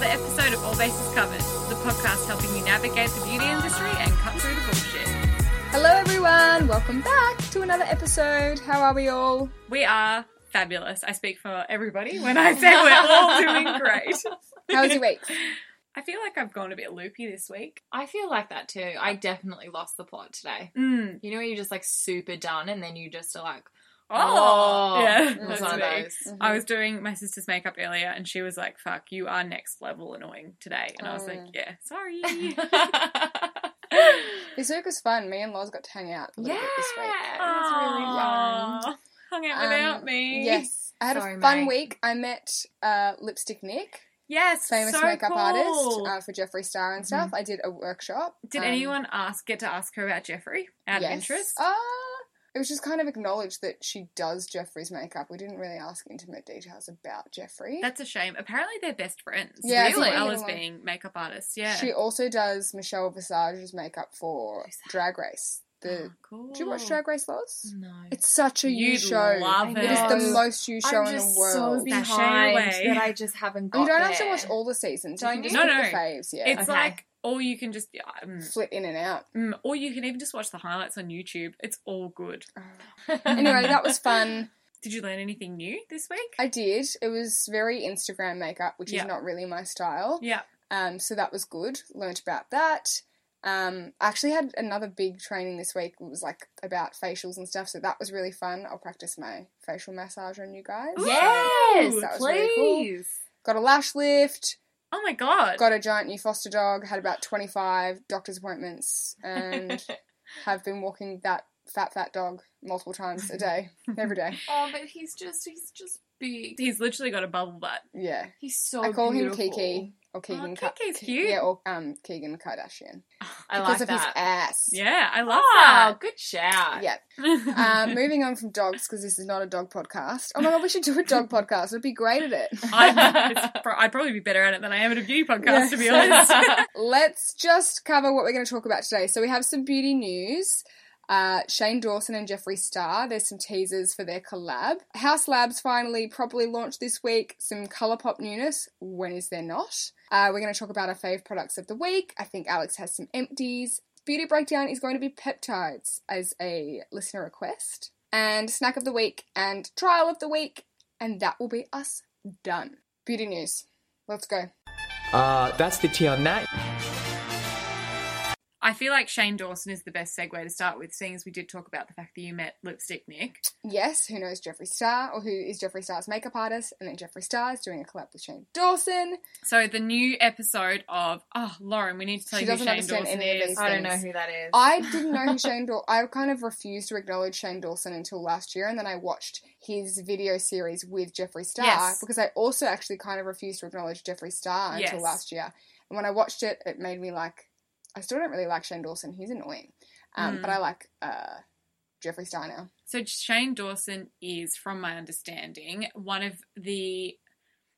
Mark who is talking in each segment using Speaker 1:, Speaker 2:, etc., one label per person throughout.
Speaker 1: All Bases Covered, the podcast helping you navigate the beauty industry and cut through the bullshit.
Speaker 2: Hello, everyone. Welcome back to another episode. How are we all?
Speaker 1: We are fabulous. I speak for everybody when I say we're all doing great.
Speaker 2: How was your week?
Speaker 1: I feel like I've gone a bit loopy this week.
Speaker 3: I feel like that too. I definitely lost the plot today.
Speaker 1: Mm.
Speaker 3: You know, when you're just like super done and then you just are like,
Speaker 1: Oh,
Speaker 3: oh,
Speaker 1: yeah,
Speaker 3: it was
Speaker 1: that's
Speaker 3: one of
Speaker 1: me.
Speaker 3: those.
Speaker 1: I was doing my sister's makeup earlier and she was like, fuck, you are next level annoying today. And I was like,
Speaker 2: Oh.
Speaker 1: yeah, sorry.
Speaker 2: This week was fun. Me and Loz got to hang out a little
Speaker 3: yeah,
Speaker 2: bit this week.
Speaker 3: it was really
Speaker 1: Aw,
Speaker 3: fun.
Speaker 1: Hung out
Speaker 2: Um,
Speaker 1: without me.
Speaker 2: Yes. I had
Speaker 3: Sorry,
Speaker 2: a fun
Speaker 3: mate.
Speaker 2: week. I met uh, Lipstick Nick,
Speaker 1: Yes.
Speaker 2: famous
Speaker 1: so
Speaker 2: makeup
Speaker 1: cool. Mm-hmm.
Speaker 2: artist uh, for Jeffree Star and stuff. I did a workshop.
Speaker 1: Did
Speaker 2: Um,
Speaker 1: anyone ask get to ask her about Jeffrey out
Speaker 2: yes.
Speaker 1: of interest?
Speaker 2: Uh, it was just kind of acknowledged that she does Jeffree's makeup. We didn't really ask intimate details about Jeffree.
Speaker 1: That's a shame. Apparently they're best friends.
Speaker 2: Yeah, I
Speaker 1: as
Speaker 2: think
Speaker 3: Really?
Speaker 1: well
Speaker 2: they
Speaker 1: as
Speaker 2: were.
Speaker 1: being makeup artists. Yeah.
Speaker 2: She also does Michelle Visage's makeup for
Speaker 3: Who's that?
Speaker 2: Drag Race. The
Speaker 3: Oh, cool.
Speaker 2: Do you watch Drag Race, Loz?
Speaker 3: No.
Speaker 2: It's such a you
Speaker 1: Mm. You'd
Speaker 2: show.
Speaker 1: love
Speaker 3: It
Speaker 1: it.
Speaker 2: It is the
Speaker 3: No.
Speaker 2: most you show
Speaker 3: I'm
Speaker 2: in
Speaker 3: just
Speaker 2: the world.
Speaker 3: so
Speaker 2: You
Speaker 1: Sashay
Speaker 3: behind
Speaker 1: away.
Speaker 3: that I just haven't got
Speaker 2: don't have to
Speaker 3: there.
Speaker 2: watch all the seasons.
Speaker 3: Don't
Speaker 2: you can
Speaker 3: you?
Speaker 2: just
Speaker 1: No,
Speaker 2: pick
Speaker 1: no.
Speaker 2: the faves. Yeah,
Speaker 1: It's
Speaker 3: Okay.
Speaker 1: like or you can just um,
Speaker 2: flit in and out.
Speaker 1: mm, or you can even just watch the highlights on YouTube. It's all good.
Speaker 2: anyway, that was fun.
Speaker 1: Did you learn anything new this week?
Speaker 2: I did. It was very Instagram makeup, which
Speaker 1: Yeah.
Speaker 2: is not really my style.
Speaker 1: yeah.
Speaker 2: Um, so that was good. Learned about that. Um, I actually had another big training this week. It was like about facials and stuff. So that was really fun. I'll practice my facial massage on you guys.
Speaker 1: Ooh.
Speaker 3: Yes,
Speaker 1: Ooh,
Speaker 2: that was
Speaker 3: please.
Speaker 2: really cool. Got a lash lift.
Speaker 1: Oh my god.
Speaker 2: got a giant new foster dog, had about 25 doctor's appointments, and have been walking that fat, fat dog multiple times a day, every day.
Speaker 3: Oh, but he's just he's just big.
Speaker 1: He's literally got a bubble butt.
Speaker 2: Yeah.
Speaker 3: He's so.
Speaker 2: I call him
Speaker 3: Oh, beautiful. Oh,
Speaker 2: Kiki or Keegan Ka-
Speaker 1: Kiki's
Speaker 2: Ke-
Speaker 1: cute.
Speaker 2: Yeah, or um, Keegan Kardashian.
Speaker 3: I
Speaker 2: because
Speaker 3: like
Speaker 2: of his
Speaker 3: that.
Speaker 2: ass.
Speaker 1: Yeah, I love
Speaker 3: Wow, good shout.
Speaker 2: Yeah.
Speaker 1: that.
Speaker 2: Um, moving on from dogs because this is not a dog podcast. Oh my god, we should do a dog podcast. We'd be great at it.
Speaker 1: I'd, it's pro- I'd probably be better at it than I am at a beauty podcast,
Speaker 2: Yeah.
Speaker 1: to be honest.
Speaker 2: Let's just cover what we're going to talk about today. So we have some beauty news. Uh, Shane Dawson and Jeffree Star. There's some teasers for their collab. House Labs finally properly launched this week. Some ColourPop newness. When is there not? Uh, we're going to talk about our fave products of the week. I think Alex has some empties. Beauty breakdown is going to be peptides as a listener request, and snack of the week and trial of the week, and that will be us done. Beauty news. Let's go.
Speaker 4: Uh, that's the tea on that.
Speaker 1: I feel like Shane Dawson is the best segue to start with, seeing as we did talk about the fact that you met Lipstick Nick.
Speaker 2: Yes, who knows Jeffree Star, or who is Jeffree Star's makeup artist, and then Jeffree Star is doing a collab with Shane Dawson.
Speaker 1: So the new episode of oh Lauren, we need to tell
Speaker 2: She
Speaker 1: you who
Speaker 2: doesn't
Speaker 1: Shane
Speaker 2: understand
Speaker 1: Dawson
Speaker 2: any of
Speaker 1: is.
Speaker 2: these
Speaker 3: I don't know
Speaker 2: things.
Speaker 3: who that is.
Speaker 2: I didn't know who Shane Dawson. I kind of refused to acknowledge Shane Dawson until last year, and then I watched his video series with Jeffree Star
Speaker 1: Yes.
Speaker 2: because I also actually kind of refused to acknowledge Jeffree Star until
Speaker 1: Yes.
Speaker 2: last year. And when I watched it, it made me like, I still don't really like Shane Dawson. He's annoying, um,
Speaker 1: Mm.
Speaker 2: but I like uh, Jeffree Star now.
Speaker 1: So Shane Dawson is, from my understanding, one of the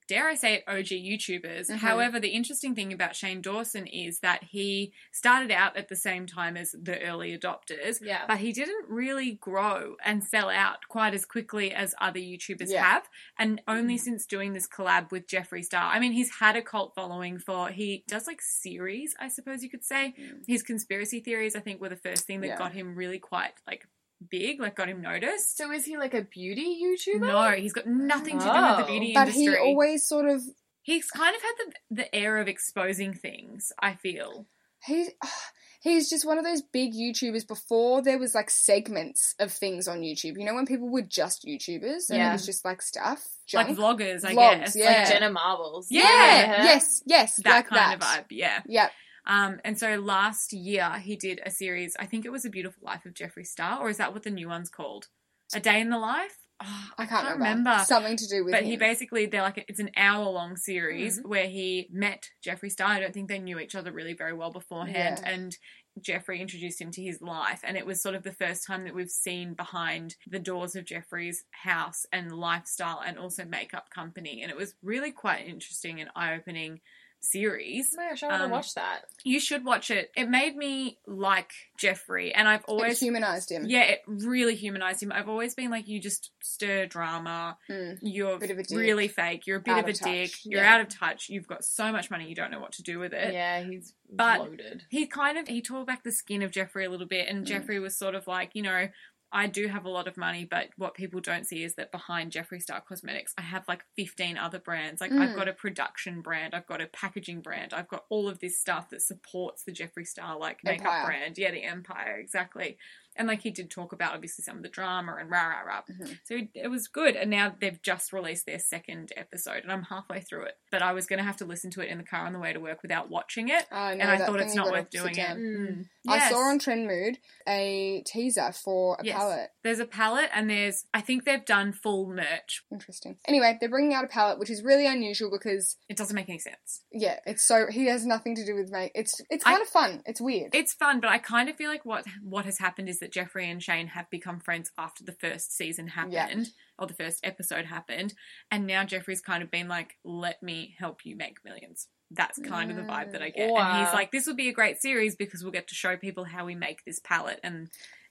Speaker 1: dare I say it, OG YouTubers.
Speaker 2: Mhm.
Speaker 1: However, the interesting thing about Shane Dawson is that he started out at the same time as the early adopters,
Speaker 3: yeah.
Speaker 1: but he didn't really grow and sell out quite as quickly as other YouTubers
Speaker 2: Yeah.
Speaker 1: have. And only
Speaker 3: Mm.
Speaker 1: since doing this collab with Jeffree Star, I mean, he's had a cult following for he does like series, I suppose you could say.
Speaker 2: Mm.
Speaker 1: His conspiracy theories, I think, were the first thing that
Speaker 2: Yeah.
Speaker 1: got him really quite like big, like got him noticed.
Speaker 3: So is he like a beauty YouTuber?
Speaker 1: No, he's got nothing to do with the
Speaker 3: Oh.
Speaker 1: beauty
Speaker 2: But
Speaker 1: industry.
Speaker 2: he always sort of
Speaker 1: He's kind of had the the air of exposing things. I feel.
Speaker 2: He he's just one of those big YouTubers before there was like segments of things on YouTube. You know when people were just YouTubers and it
Speaker 3: Yeah.
Speaker 2: was just like stuff, junk.
Speaker 1: Like vloggers, I
Speaker 2: Vlogs,
Speaker 1: guess.
Speaker 2: yeah.
Speaker 3: Like Jenna Marbles.
Speaker 1: Yeah.
Speaker 3: Remember her?
Speaker 2: Yes, yes,
Speaker 1: that
Speaker 2: like
Speaker 1: kind
Speaker 2: that.
Speaker 1: of vibe, yeah.
Speaker 2: Yep.
Speaker 1: Um, and so last year he did a series. I think it was a Beautiful Life of Jeffree Star, or is that what the new one's called? A Day in the Life. Oh,
Speaker 2: I can't, remember. something to do with
Speaker 1: But
Speaker 2: him. Mm-hmm.
Speaker 1: he basically they're like it's an hour long series where he met Jeffree Star. I don't think they knew each other really very well beforehand,
Speaker 2: Yeah.
Speaker 1: and Jeffrey introduced him to his life, and it was sort of the first time that we've seen behind the doors of Jeffrey's house and lifestyle, and also makeup company, and it was really quite interesting and eye opening series.
Speaker 3: my gosh, I want to
Speaker 1: Um,
Speaker 3: watch that.
Speaker 1: You should watch it. It made me like Jeffrey, and I've
Speaker 2: It
Speaker 1: always
Speaker 2: humanized him.
Speaker 1: yeah, it really humanized him. I've always been like, you just stir drama.
Speaker 2: Mm.
Speaker 1: You're
Speaker 2: Bit of a dick.
Speaker 1: really fake. You're a bit
Speaker 2: Out
Speaker 1: of a
Speaker 2: of touch.
Speaker 1: dick. You're
Speaker 2: Yeah.
Speaker 1: out of touch. You've got so much money, you don't know what to do with it.
Speaker 3: yeah, he's
Speaker 1: uh, but-
Speaker 3: loaded.
Speaker 1: He kind of he tore back the skin of Jeffrey a little bit, and
Speaker 2: Mm.
Speaker 1: Jeffrey was sort of like, you know, I do have a lot of money, but what people don't see is that behind Jeffree Star Cosmetics, I have like 15 other brands. Like I've
Speaker 2: Mm.
Speaker 1: got a production brand, I've got a packaging brand, I've got all of this stuff that supports the Jeffree Star like makeup
Speaker 2: Empire.
Speaker 1: brand. Yeah, the Empire, exactly. And like he did talk about obviously some of the drama and rah rah rah.
Speaker 2: Mhm.
Speaker 1: So it- it was good. And now they've just released their second episode, and I'm halfway through it. But I was going to have to listen to it in the car on the way to work without watching it.
Speaker 2: Oh, no,
Speaker 1: and I
Speaker 2: that
Speaker 1: thought
Speaker 2: thing
Speaker 1: it's
Speaker 2: you
Speaker 1: not
Speaker 2: gotta
Speaker 1: worth
Speaker 2: sit
Speaker 1: doing it.
Speaker 2: down.
Speaker 1: Mm.
Speaker 2: I saw
Speaker 1: Yes.
Speaker 2: on Trend Mood a teaser for a
Speaker 1: Yes.
Speaker 2: palette.
Speaker 1: There's a palette and there's I think they've done full merch.
Speaker 2: Interesting. Anyway, they're bringing out a palette, which is really unusual because
Speaker 1: It doesn't make any sense.
Speaker 2: yeah, it's so he has nothing to do with make. It's it's
Speaker 1: I-
Speaker 2: kind of fun. It's weird.
Speaker 1: It's fun, but I kind of feel like what what has happened is that Jeffrey and Shane have become friends after the first season happened or the first episode happened, and now Jeffrey's kind of been like, "Let me help you make millions. That's kind of the vibe that I get. And he's
Speaker 3: Wow.
Speaker 1: like, "This will be a great series because we'll get to show people how we make this palette and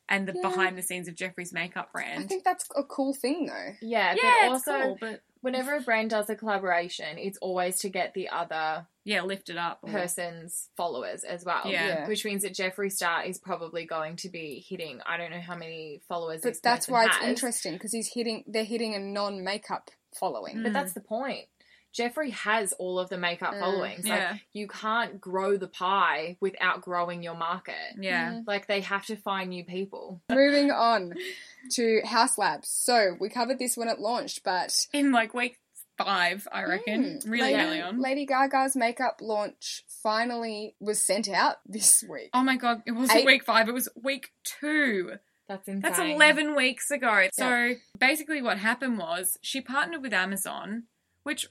Speaker 1: and the
Speaker 2: Yeah.
Speaker 1: behind the scenes of Jeffrey's makeup
Speaker 2: I
Speaker 1: brand."
Speaker 2: think that's a cool thing though.
Speaker 3: Yeah,
Speaker 1: yeah,
Speaker 3: but
Speaker 1: it's
Speaker 3: also
Speaker 1: cool, but
Speaker 3: whenever a brand does a collaboration, it's always to get the other
Speaker 1: yeah, lift it up. or-
Speaker 3: person's followers as well.
Speaker 1: Yeah.
Speaker 2: Yeah.
Speaker 3: Which means that Jeffree Star is probably going to be hitting I don't know how many followers
Speaker 2: But
Speaker 3: this
Speaker 2: that's
Speaker 3: person
Speaker 2: why it's
Speaker 3: has.
Speaker 2: interesting because he's hitting they're hitting a non-makeup following.
Speaker 1: Mm.
Speaker 3: But that's the point. Jeffrey has all of the makeup
Speaker 2: Mm.
Speaker 3: followings. Like
Speaker 1: yeah,
Speaker 3: you can't grow the pie without growing your market.
Speaker 1: yeah.
Speaker 2: Mm.
Speaker 3: Like they have to find new people.
Speaker 2: Moving on to House Labs. So we covered this when it launched, but
Speaker 1: in like week five, I reckon.
Speaker 2: Mm,
Speaker 1: really
Speaker 2: Lady,
Speaker 1: early on.
Speaker 2: Lady Gaga's makeup launch finally was sent out this week.
Speaker 1: Oh my god, it wasn't
Speaker 2: Eight-
Speaker 1: week five, it was week two.
Speaker 3: That's insane.
Speaker 1: That's 11 weeks ago. So basically, what happened was she partnered with Amazon, which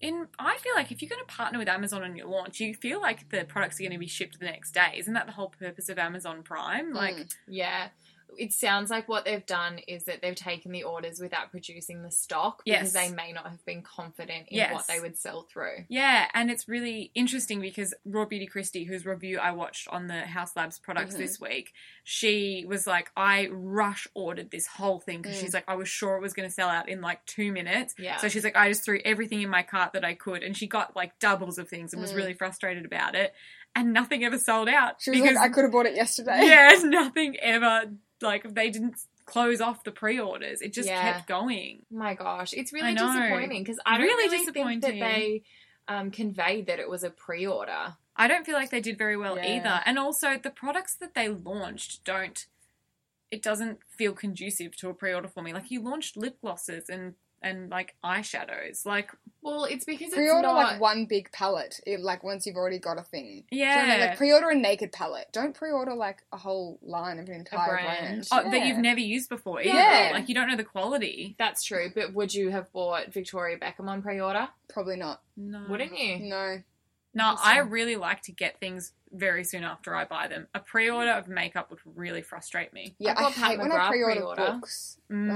Speaker 1: in I feel like if you're going to partner with Amazon on your launch, you feel like the products are going to be shipped the next day. Isn't that the whole purpose of Amazon Prime? Like,
Speaker 2: Mm.
Speaker 3: Yeah. It sounds like what they've done is that they've taken the orders without producing the stock
Speaker 1: Yes.
Speaker 3: because they may not have been confident in
Speaker 1: Yes.
Speaker 3: what they would sell through.
Speaker 1: Yeah, and it's really interesting because Raw Beauty Christie, whose review I watched on the House Labs products
Speaker 2: Mhm.
Speaker 1: this week, she was like, I rush ordered this whole thing because
Speaker 2: Mm.
Speaker 1: she's like, I was sure it was going to sell out in like two minutes.
Speaker 3: Yeah.
Speaker 1: So she's like, I just threw everything in my cart that I could, and she got like doubles of things and was
Speaker 2: Mm.
Speaker 1: really frustrated about it, and nothing ever sold out
Speaker 2: She was like, I could have bought it yesterday.
Speaker 1: yeah, nothing ever like they didn't close off the pre-orders. It just
Speaker 3: Yeah.
Speaker 1: kept going.
Speaker 3: My gosh, it's
Speaker 1: I
Speaker 3: really
Speaker 1: know.
Speaker 3: disappointing because I don't
Speaker 1: Really
Speaker 3: really, think that
Speaker 1: disappointing.
Speaker 3: they um, conveyed that it was a pre-order.
Speaker 1: I don't feel like they did very well
Speaker 2: Yeah.
Speaker 1: either. And also, the products that they launched don't. It doesn't feel conducive to a pre-order for me. Like you launched lip glosses and and like eyeshadows. Like
Speaker 3: Well, it's because it's
Speaker 2: Pre-order
Speaker 3: not.
Speaker 2: like one big palette, it, like once you've already got a thing. Do you know what I mean?
Speaker 1: yeah,
Speaker 2: like pre-order a naked palette. Don't pre-order like a whole line of an entire brand.
Speaker 3: brand.
Speaker 1: oh, that you've never used before. Either.
Speaker 2: Yeah.
Speaker 1: like you don't know the quality.
Speaker 3: that's true, but would you have bought Victoria Beckham on pre-order?
Speaker 2: probably not.
Speaker 1: No,
Speaker 3: Wouldn't you?
Speaker 2: No.
Speaker 1: No, I
Speaker 3: Interesting.
Speaker 1: really like to get things very soon after I buy them. A pre-order of makeup would really frustrate me.
Speaker 2: Yeah,
Speaker 3: I
Speaker 2: I,
Speaker 3: bought Pat
Speaker 2: hate when I
Speaker 3: McGrath
Speaker 2: pre-order,
Speaker 3: pre-order.
Speaker 2: books.
Speaker 1: Mm.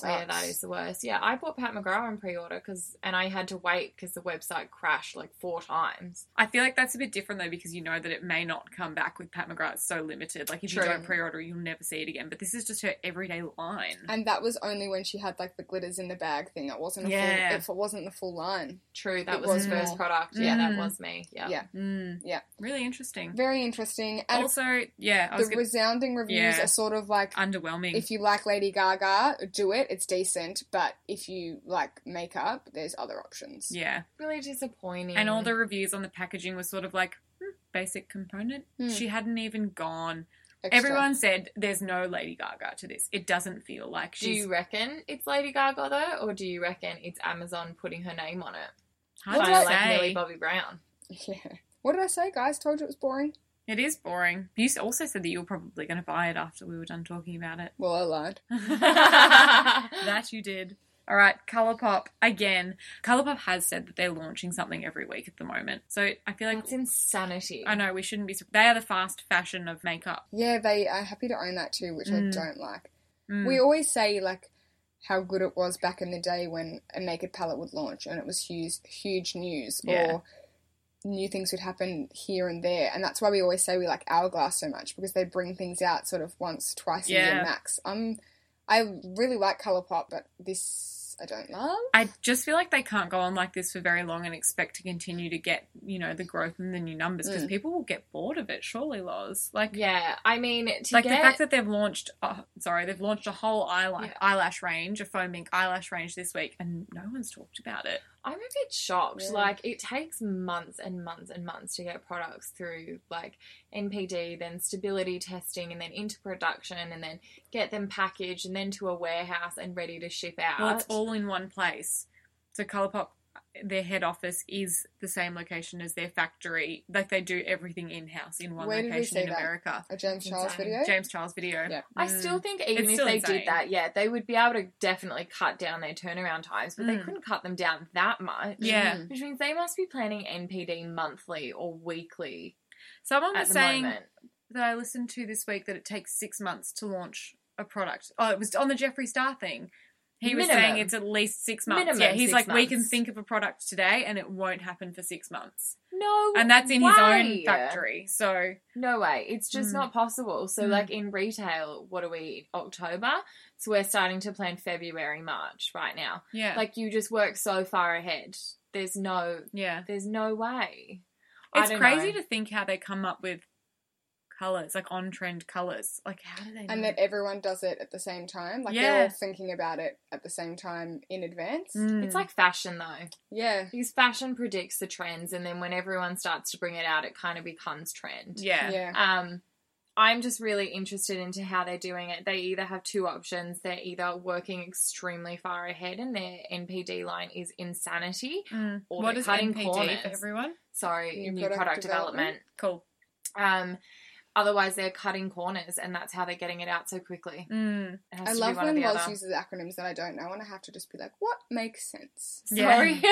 Speaker 2: That
Speaker 3: Oh, yeah, that
Speaker 2: sucks.
Speaker 3: is the worst. Yeah, I bought Pat McGrath on pre-order because, and I had to wait because the website crashed like four times.
Speaker 1: I feel like that's a bit different though because you know that it may not come back with Pat McGrath. It's so limited. Like if
Speaker 3: True.
Speaker 1: you don't pre-order, you'll never see it again. But this is just her everyday line.
Speaker 2: And that was only when she had like the glitters in the bag thing. It wasn't a
Speaker 1: Yeah.
Speaker 2: full. If it wasn't the full line.
Speaker 3: True, that
Speaker 2: It
Speaker 3: was,
Speaker 2: was
Speaker 3: his first
Speaker 2: more.
Speaker 3: product. Yeah, that
Speaker 1: Mm.
Speaker 3: was me. Yeah.
Speaker 2: Yeah.
Speaker 1: Mm.
Speaker 2: Yeah.
Speaker 1: really interesting.
Speaker 2: Very interesting. And
Speaker 1: Also, yeah, I
Speaker 2: the
Speaker 1: was gonna,
Speaker 2: resounding reviews
Speaker 1: Yeah.
Speaker 2: are sort of like
Speaker 1: underwhelming.
Speaker 2: if you like Lady Gaga, do it. It's decent. But if you like makeup, there's other options.
Speaker 1: yeah,
Speaker 3: Really disappointing.
Speaker 1: and all the reviews on the packaging was sort of like hmm, basic component.
Speaker 2: Hmm.
Speaker 1: She hadn't even gone.
Speaker 2: Extra.
Speaker 1: Everyone said there's no Lady Gaga to this. It doesn't feel like
Speaker 3: Do
Speaker 1: she's
Speaker 3: you reckon it's Lady Gaga though, or do you reckon it's Amazon putting her name on it?
Speaker 1: hard
Speaker 2: What
Speaker 1: to
Speaker 2: did I-
Speaker 3: Kinda like
Speaker 1: say.
Speaker 3: Millie Bobby Brown.
Speaker 2: Yeah. What did I say, guys? Told you it was boring.
Speaker 1: It is boring. You also said that you were probably going to buy it after we were done talking about it.
Speaker 2: Well, I lied.
Speaker 1: that you did. All right, Colourpop again. Colourpop has said that they're launching something every week at the moment. So I feel like
Speaker 3: That's insanity.
Speaker 1: I know we shouldn't be. sur- They are the fast fashion of makeup.
Speaker 2: Yeah, they are happy to own that too, which I
Speaker 1: Mm.
Speaker 2: don't like.
Speaker 1: Mm.
Speaker 2: We always say like how good it was back in the day when a naked palette would launch and it was huge, huge news,
Speaker 1: Yeah.
Speaker 2: or new things would happen here and there. And that's why we always say we like Hourglass so much because they bring things out sort of once, twice a
Speaker 1: Yeah.
Speaker 2: year max. Um, I really like Colour Pop, but this I don't love.
Speaker 1: I just feel like they can't go on like this for very long and expect to continue to get, you know, the growth and the new numbers because
Speaker 2: Mm.
Speaker 1: people will get bored of it, surely, Laws. Like,
Speaker 3: Yeah, I mean, to
Speaker 1: like
Speaker 3: get,
Speaker 1: the fact that they've launched, oh, sorry, they've launched a whole eyelash,
Speaker 3: Yeah.
Speaker 1: eyelash range, a foam ink eyelash range this week, and no one's talked about it.
Speaker 3: I'm a bit shocked.
Speaker 2: Yeah.
Speaker 3: Like it takes months and months and months to get products through like NPD, then stability testing, and then into production, and then get them packaged, and then to a warehouse and ready to ship out.
Speaker 1: Well, it's all in one place. So ColourPop, their head office is the same location as their factory. Like they do everything in house in one
Speaker 2: Where did we
Speaker 1: location
Speaker 2: see
Speaker 1: in
Speaker 2: that?
Speaker 1: America.
Speaker 2: A James Charles
Speaker 3: Insane.
Speaker 2: video.
Speaker 1: James Charles video.
Speaker 2: Yeah.
Speaker 3: I
Speaker 1: Mm.
Speaker 3: still think even
Speaker 1: It's
Speaker 3: if
Speaker 1: still
Speaker 3: they
Speaker 1: insane.
Speaker 3: did that, yeah, they would be able to definitely cut down their turnaround times, but they
Speaker 1: Mm.
Speaker 3: couldn't cut them down that much.
Speaker 1: Yeah.
Speaker 2: Mm.
Speaker 3: Which means they must be planning NPD monthly or weekly
Speaker 1: Someone
Speaker 3: at
Speaker 1: was
Speaker 3: the
Speaker 1: saying
Speaker 3: moment.
Speaker 1: that I listened to this week that it takes six months to launch a product. Oh, it was on the Jeffree Star thing. He was
Speaker 3: Minimum.
Speaker 1: saying it's at least six months.
Speaker 3: Minimum
Speaker 1: yeah, he's like,
Speaker 3: six
Speaker 1: we can
Speaker 3: months.
Speaker 1: think of a product today and it won't happen for six months.
Speaker 3: No,
Speaker 1: And that's in his
Speaker 3: way.
Speaker 1: own factory. So,
Speaker 3: No way. It's just
Speaker 1: Mm.
Speaker 3: not possible. So,
Speaker 1: Mm.
Speaker 3: like in retail, what are we? October. So we're starting to plan February, March right now.
Speaker 1: yeah.
Speaker 3: Like you just work so far ahead. There's no,
Speaker 1: yeah.
Speaker 3: there's no way. I
Speaker 1: It's
Speaker 3: don't
Speaker 1: crazy
Speaker 3: know.
Speaker 1: to think how they come up with colors, like on trend colors. Like, how do they know?
Speaker 2: And that everyone does it at the same time. Like
Speaker 1: Yeah.
Speaker 2: they're all thinking about it at the same time in advance.
Speaker 1: Mm.
Speaker 3: It's like fashion though,
Speaker 2: Yeah.
Speaker 3: because fashion predicts the trends, and then when everyone starts to bring it out, it kind of becomes trend.
Speaker 1: yeah.
Speaker 2: Yeah.
Speaker 3: Um, I'm just really interested into how they're doing it. They either have two options. They're either working extremely far ahead, and their NPD line is insanity.
Speaker 1: Mm.
Speaker 3: Or
Speaker 1: What
Speaker 3: they're
Speaker 1: is
Speaker 3: cutting
Speaker 1: NPD
Speaker 3: corners.
Speaker 1: for everyone?
Speaker 3: Sorry,
Speaker 2: New
Speaker 3: new,
Speaker 2: product
Speaker 3: product,
Speaker 2: development.
Speaker 1: Cool.
Speaker 3: development. Um, otherwise, they're cutting corners, and that's how they're getting it out so quickly.
Speaker 1: Mm.
Speaker 3: It has
Speaker 2: I
Speaker 3: to be
Speaker 2: love
Speaker 3: one or
Speaker 2: when
Speaker 3: the
Speaker 2: Loz
Speaker 3: other.
Speaker 2: uses acronyms that I don't know and I have to just be like, what makes sense?
Speaker 1: Yeah.
Speaker 3: Sorry.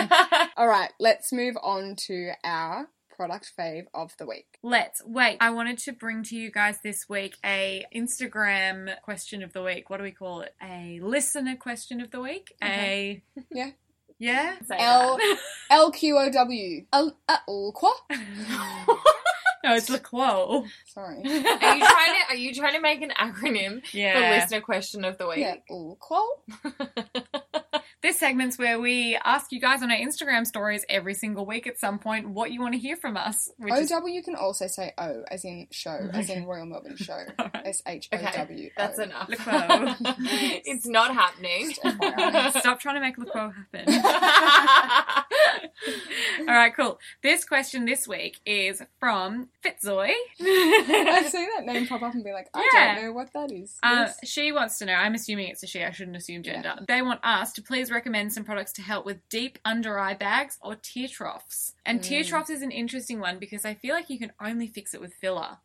Speaker 2: All right, let's move on to our product fave of the week.
Speaker 1: Let's wait. I wanted to bring to you guys this week a Instagram question of the week. What do we call it? A listener question of the week.
Speaker 3: Okay.
Speaker 1: A
Speaker 2: Yeah.
Speaker 1: yeah.
Speaker 3: Say
Speaker 2: L-
Speaker 3: that.
Speaker 2: LQOW. L- uh, LQOW?
Speaker 1: no, it's LaQuo.
Speaker 2: Sorry.
Speaker 3: Are you trying to? Are you trying to make an acronym for
Speaker 1: Yeah.
Speaker 3: listener question of the week?
Speaker 2: Yeah, LQOW.
Speaker 1: This segment's where we ask you guys on our Instagram stories every single week at some point what you want to hear from us. Which is
Speaker 2: OW you can also say O as in show, as in Royal Melbourne Show.
Speaker 1: Alright.
Speaker 2: S H O W.
Speaker 3: That's enough.
Speaker 1: Liquo.
Speaker 3: it's not happening.
Speaker 2: Just FYI.
Speaker 1: Stop trying to make LaQuo happen. All right, cool. This question this week is from Fitzoy.
Speaker 2: I've seen that name pop up and be like, I
Speaker 1: Yeah.
Speaker 2: don't know what that is.
Speaker 1: Uh,
Speaker 2: Yes.
Speaker 1: she wants to know. I'm assuming it's a she. I shouldn't assume gender. They want us to please recommend some products to help with deep under eye bags or tear troughs. And tear
Speaker 2: Mm.
Speaker 1: troughs is an interesting one because I feel like you can only fix it with filler.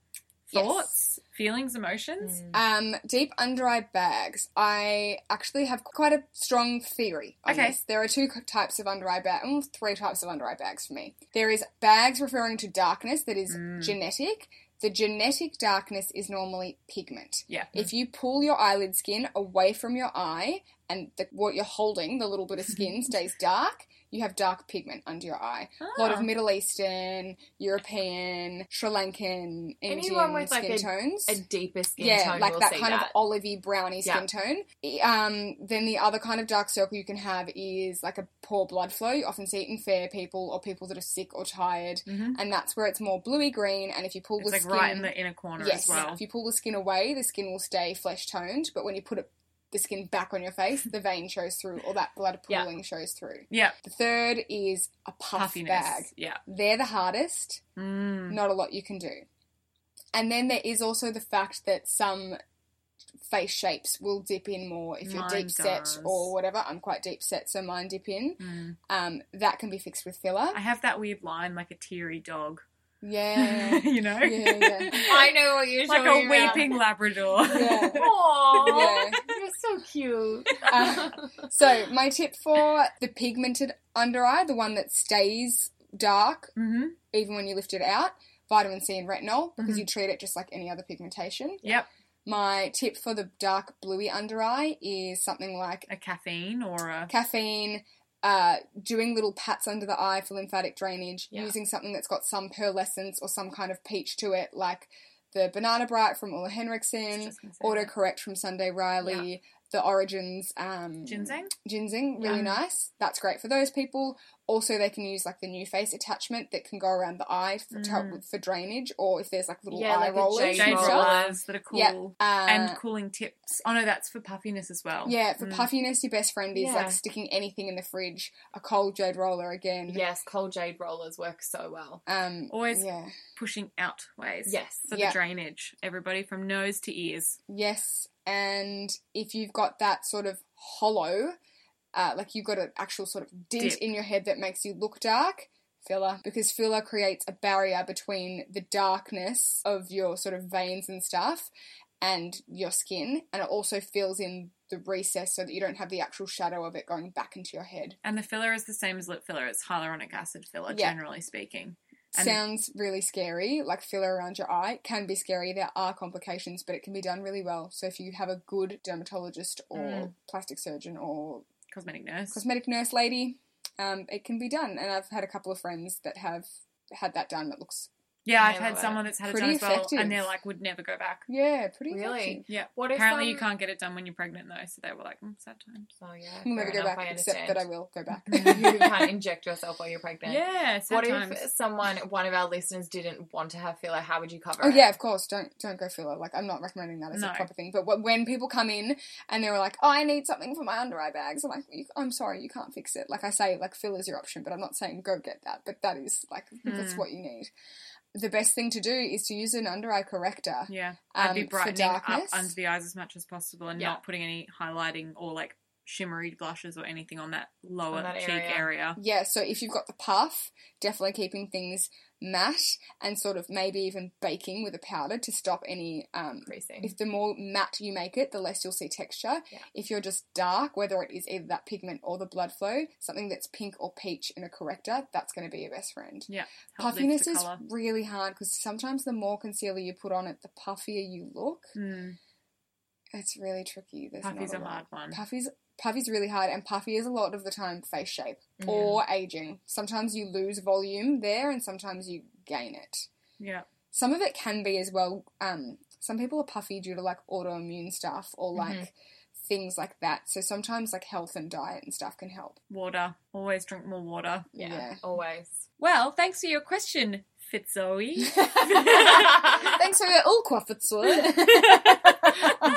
Speaker 2: Yes.
Speaker 1: Thoughts, feelings, emotions.
Speaker 2: Um, deep under eye bags. I actually have quite a strong theory. On
Speaker 1: Okay.
Speaker 2: this. There are two types of under eye bags. Well, three types of under eye bags for me. There is bags referring to darkness that is
Speaker 1: Mm.
Speaker 2: genetic. The genetic darkness is normally pigment.
Speaker 1: Yeah.
Speaker 3: Hmm.
Speaker 2: If you pull your eyelid skin away from your eye and the, what you're holding, the little bit of skin, stays dark, you have dark pigment under your eye. A lot of
Speaker 1: Ah.
Speaker 2: Middle Eastern, European, Sri Lankan, Indian
Speaker 3: Anyone with, like,
Speaker 2: skin
Speaker 3: a-
Speaker 2: tones
Speaker 3: A deeper skin
Speaker 2: yeah,
Speaker 3: tone.
Speaker 2: like
Speaker 3: will
Speaker 2: that
Speaker 3: see
Speaker 2: kind of
Speaker 3: that.
Speaker 2: olivey browny
Speaker 3: Yeah.
Speaker 2: skin tone. E- Um, then the other kind of dark circle you can have is like a poor blood flow. You often see it in fair people or people that are sick or tired,
Speaker 1: Mhm.
Speaker 2: and that's where it's more bluey green. And if you pull
Speaker 1: It's
Speaker 2: the
Speaker 1: like
Speaker 2: skin,
Speaker 1: right in the inner corner
Speaker 2: yes,
Speaker 1: as well.
Speaker 2: if you pull the skin away, the skin will stay flesh toned. But when you put it, the skin back on your face, the vein shows through, or that blood
Speaker 3: Yeah.
Speaker 2: pooling shows through.
Speaker 1: Yeah,
Speaker 2: The third is a puff
Speaker 1: puffiness.
Speaker 2: bag.
Speaker 1: Yeah.
Speaker 2: They're the hardest
Speaker 1: Mm.
Speaker 2: not a lot you can do. And then there is also the fact that some face shapes will dip in more if you're
Speaker 1: Mine
Speaker 2: deep set
Speaker 1: does.
Speaker 2: or whatever. I'm quite deep set, so mine dip in.
Speaker 1: Mm.
Speaker 2: Um, that can be fixed with filler.
Speaker 1: I have that weird line like a teary dog.
Speaker 2: Yeah.
Speaker 1: you know,
Speaker 2: Yeah, yeah.
Speaker 3: I know what you're
Speaker 1: like
Speaker 3: talking
Speaker 1: a
Speaker 3: about.
Speaker 1: weeping Labrador.
Speaker 2: uh, Yeah.
Speaker 3: Aww,
Speaker 2: Yeah.
Speaker 3: you're so cute.
Speaker 2: Uh, So my tip for the pigmented under eye, the one that stays dark
Speaker 1: hmm
Speaker 2: even when you lift it out, vitamin C and retinol, because
Speaker 1: Mhm.
Speaker 2: you treat it just like any other pigmentation.
Speaker 1: Yep,
Speaker 2: My tip for the dark bluey under eye is something like
Speaker 1: a caffeine or a
Speaker 2: caffeine, uh, doing little pats under the eye for lymphatic drainage,
Speaker 3: Yeah.
Speaker 2: using something that's got some pearlescence or some kind of peach to it, like the banana bright from Ola Henriksen,
Speaker 1: Just gonna say that.
Speaker 2: autocorrect from Sunday Riley, the origins um,
Speaker 1: Ginseng?
Speaker 2: ginseng, really
Speaker 3: Yeah.
Speaker 2: nice. That's great for those people. Also, they can use like the new face attachment that can go around the eye for, to help
Speaker 1: Mm.
Speaker 2: with- for drainage, or if there's like little
Speaker 3: Yeah,
Speaker 2: eye
Speaker 3: like the
Speaker 2: rollers,
Speaker 1: Jade
Speaker 2: and
Speaker 3: roller.
Speaker 2: stuff.
Speaker 1: rollers that are cool.
Speaker 2: Yeah, uh,
Speaker 1: and cooling tips. Oh no, that's for puffiness as well.
Speaker 2: yeah, for
Speaker 1: Mm.
Speaker 2: puffiness, your best friend is
Speaker 3: Yeah.
Speaker 2: like sticking anything in the fridge. A cold jade roller again.
Speaker 3: Yes, cold jade rollers work so well.
Speaker 2: Um,
Speaker 1: Always-
Speaker 2: Yeah.
Speaker 1: Pushing out ways.
Speaker 3: Yes.
Speaker 1: For
Speaker 2: Yeah.
Speaker 1: the drainage, everybody from nose to ears.
Speaker 2: Yes, and if you've got that sort of hollow, uh, like you've got an actual sort of dint
Speaker 1: Dip.
Speaker 2: in your head that makes you look dark, filler, because filler creates a barrier between the darkness of your sort of veins and stuff and your skin, and it also fills in the recess so that you don't have the actual shadow of it going back into your head.
Speaker 1: And the filler is the same as lip filler. It's hyaluronic acid filler,
Speaker 2: Yeah.
Speaker 1: generally speaking. And-
Speaker 2: Sounds really scary, like filler around your eye It can be scary. There are complications, but it can be done really well. So if you have a good dermatologist or
Speaker 3: Mm.
Speaker 2: plastic surgeon or
Speaker 1: Cosmetic nurse.
Speaker 2: cosmetic nurse lady, um, it can be done. And I've had a couple of friends that have had that done. It looks
Speaker 1: yeah, I've
Speaker 3: Nail
Speaker 1: had
Speaker 3: it.
Speaker 1: someone that's had it
Speaker 2: Pretty
Speaker 1: done as well,
Speaker 2: effective.
Speaker 1: and they're like, would never go back.
Speaker 2: yeah, pretty
Speaker 3: Really?
Speaker 2: effective.
Speaker 1: Yeah.
Speaker 3: What if
Speaker 1: Apparently, you
Speaker 3: um,
Speaker 1: can't get it done when you're pregnant though, so they were like, mm, sad times.
Speaker 3: Oh yeah,
Speaker 2: I'll never
Speaker 3: fair
Speaker 2: go
Speaker 3: enough,
Speaker 2: back,
Speaker 3: I
Speaker 2: except that I
Speaker 3: understand.
Speaker 2: will go back.
Speaker 3: you can't inject yourself while you're pregnant.
Speaker 1: Yeah, sad
Speaker 3: What
Speaker 1: times.
Speaker 3: if someone, one of our listeners, didn't want to have filler? How would you cover
Speaker 2: Oh
Speaker 3: it?
Speaker 2: yeah, of course. Don't don't go filler. Like I'm not recommending that as a
Speaker 1: No.
Speaker 2: proper thing. But wh- when people come in and they're like, "Oh, I need something for my under eye bags," I'm like, you, "I'm sorry, you can't fix it." Like I say, like filler's your option, but I'm not saying go get that. But that is like that's
Speaker 1: Mm.
Speaker 2: what you need. The best thing to do is to use an under eye corrector.
Speaker 1: Yeah, I'd
Speaker 2: um,
Speaker 1: be
Speaker 2: for
Speaker 1: brightening up
Speaker 2: darkness.
Speaker 1: under the eyes as much as possible and
Speaker 3: Yeah.
Speaker 1: not putting any highlighting or like shimmery blushes or anything on that lower
Speaker 3: that
Speaker 1: cheek
Speaker 3: area.
Speaker 1: area.
Speaker 2: Yeah, so if you've got the puff, definitely keeping things matte and sort of maybe even baking with a powder to stop any. Um,
Speaker 3: Creasing.
Speaker 2: if the more matte you make it, the less you'll see texture.
Speaker 3: Yeah.
Speaker 2: If you're just dark, whether it is either that pigment or the blood flow, something that's pink or peach in a corrector, that's going to be your best friend.
Speaker 1: Help lift the
Speaker 2: Puffiness is
Speaker 1: colour.
Speaker 2: really hard because sometimes the more concealer you put on it, the puffier you look.
Speaker 1: Mm,
Speaker 2: It's really tricky. There's not
Speaker 1: puffies
Speaker 2: a
Speaker 1: a
Speaker 2: lot.
Speaker 1: hard one.
Speaker 2: Puffy's puffy's really hard, and puffy is a lot of the time face shape
Speaker 3: Mm.
Speaker 2: or aging. Sometimes you lose volume there, and sometimes you gain it.
Speaker 1: Yeah,
Speaker 2: Some of it can be as well. Um, some people are puffy due to like autoimmune stuff or like things like that. So sometimes like health and diet and stuff can help.
Speaker 1: water. Always drink more water.
Speaker 3: yeah,
Speaker 2: Yeah.
Speaker 3: always.
Speaker 1: Well, thanks for your question, Fitzoe.
Speaker 2: Thanks for your all quaffets,
Speaker 3: oh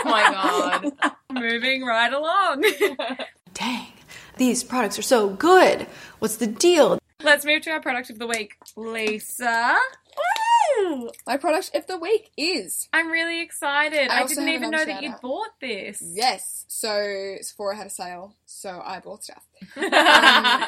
Speaker 3: my
Speaker 1: Moving right along.
Speaker 3: god.
Speaker 5: Dang, these products are so good. What's the deal?
Speaker 1: Let's move to our product of the week, Lisa. Woo!
Speaker 2: My product of the week is
Speaker 1: I'm really excited.
Speaker 2: I
Speaker 1: I,
Speaker 2: also
Speaker 1: didn't
Speaker 2: have
Speaker 1: even
Speaker 2: another
Speaker 1: know that
Speaker 2: shout
Speaker 1: you
Speaker 2: out.
Speaker 1: bought this.
Speaker 2: yes. So Sephora had a sale, so I bought stuff.
Speaker 1: Yeah.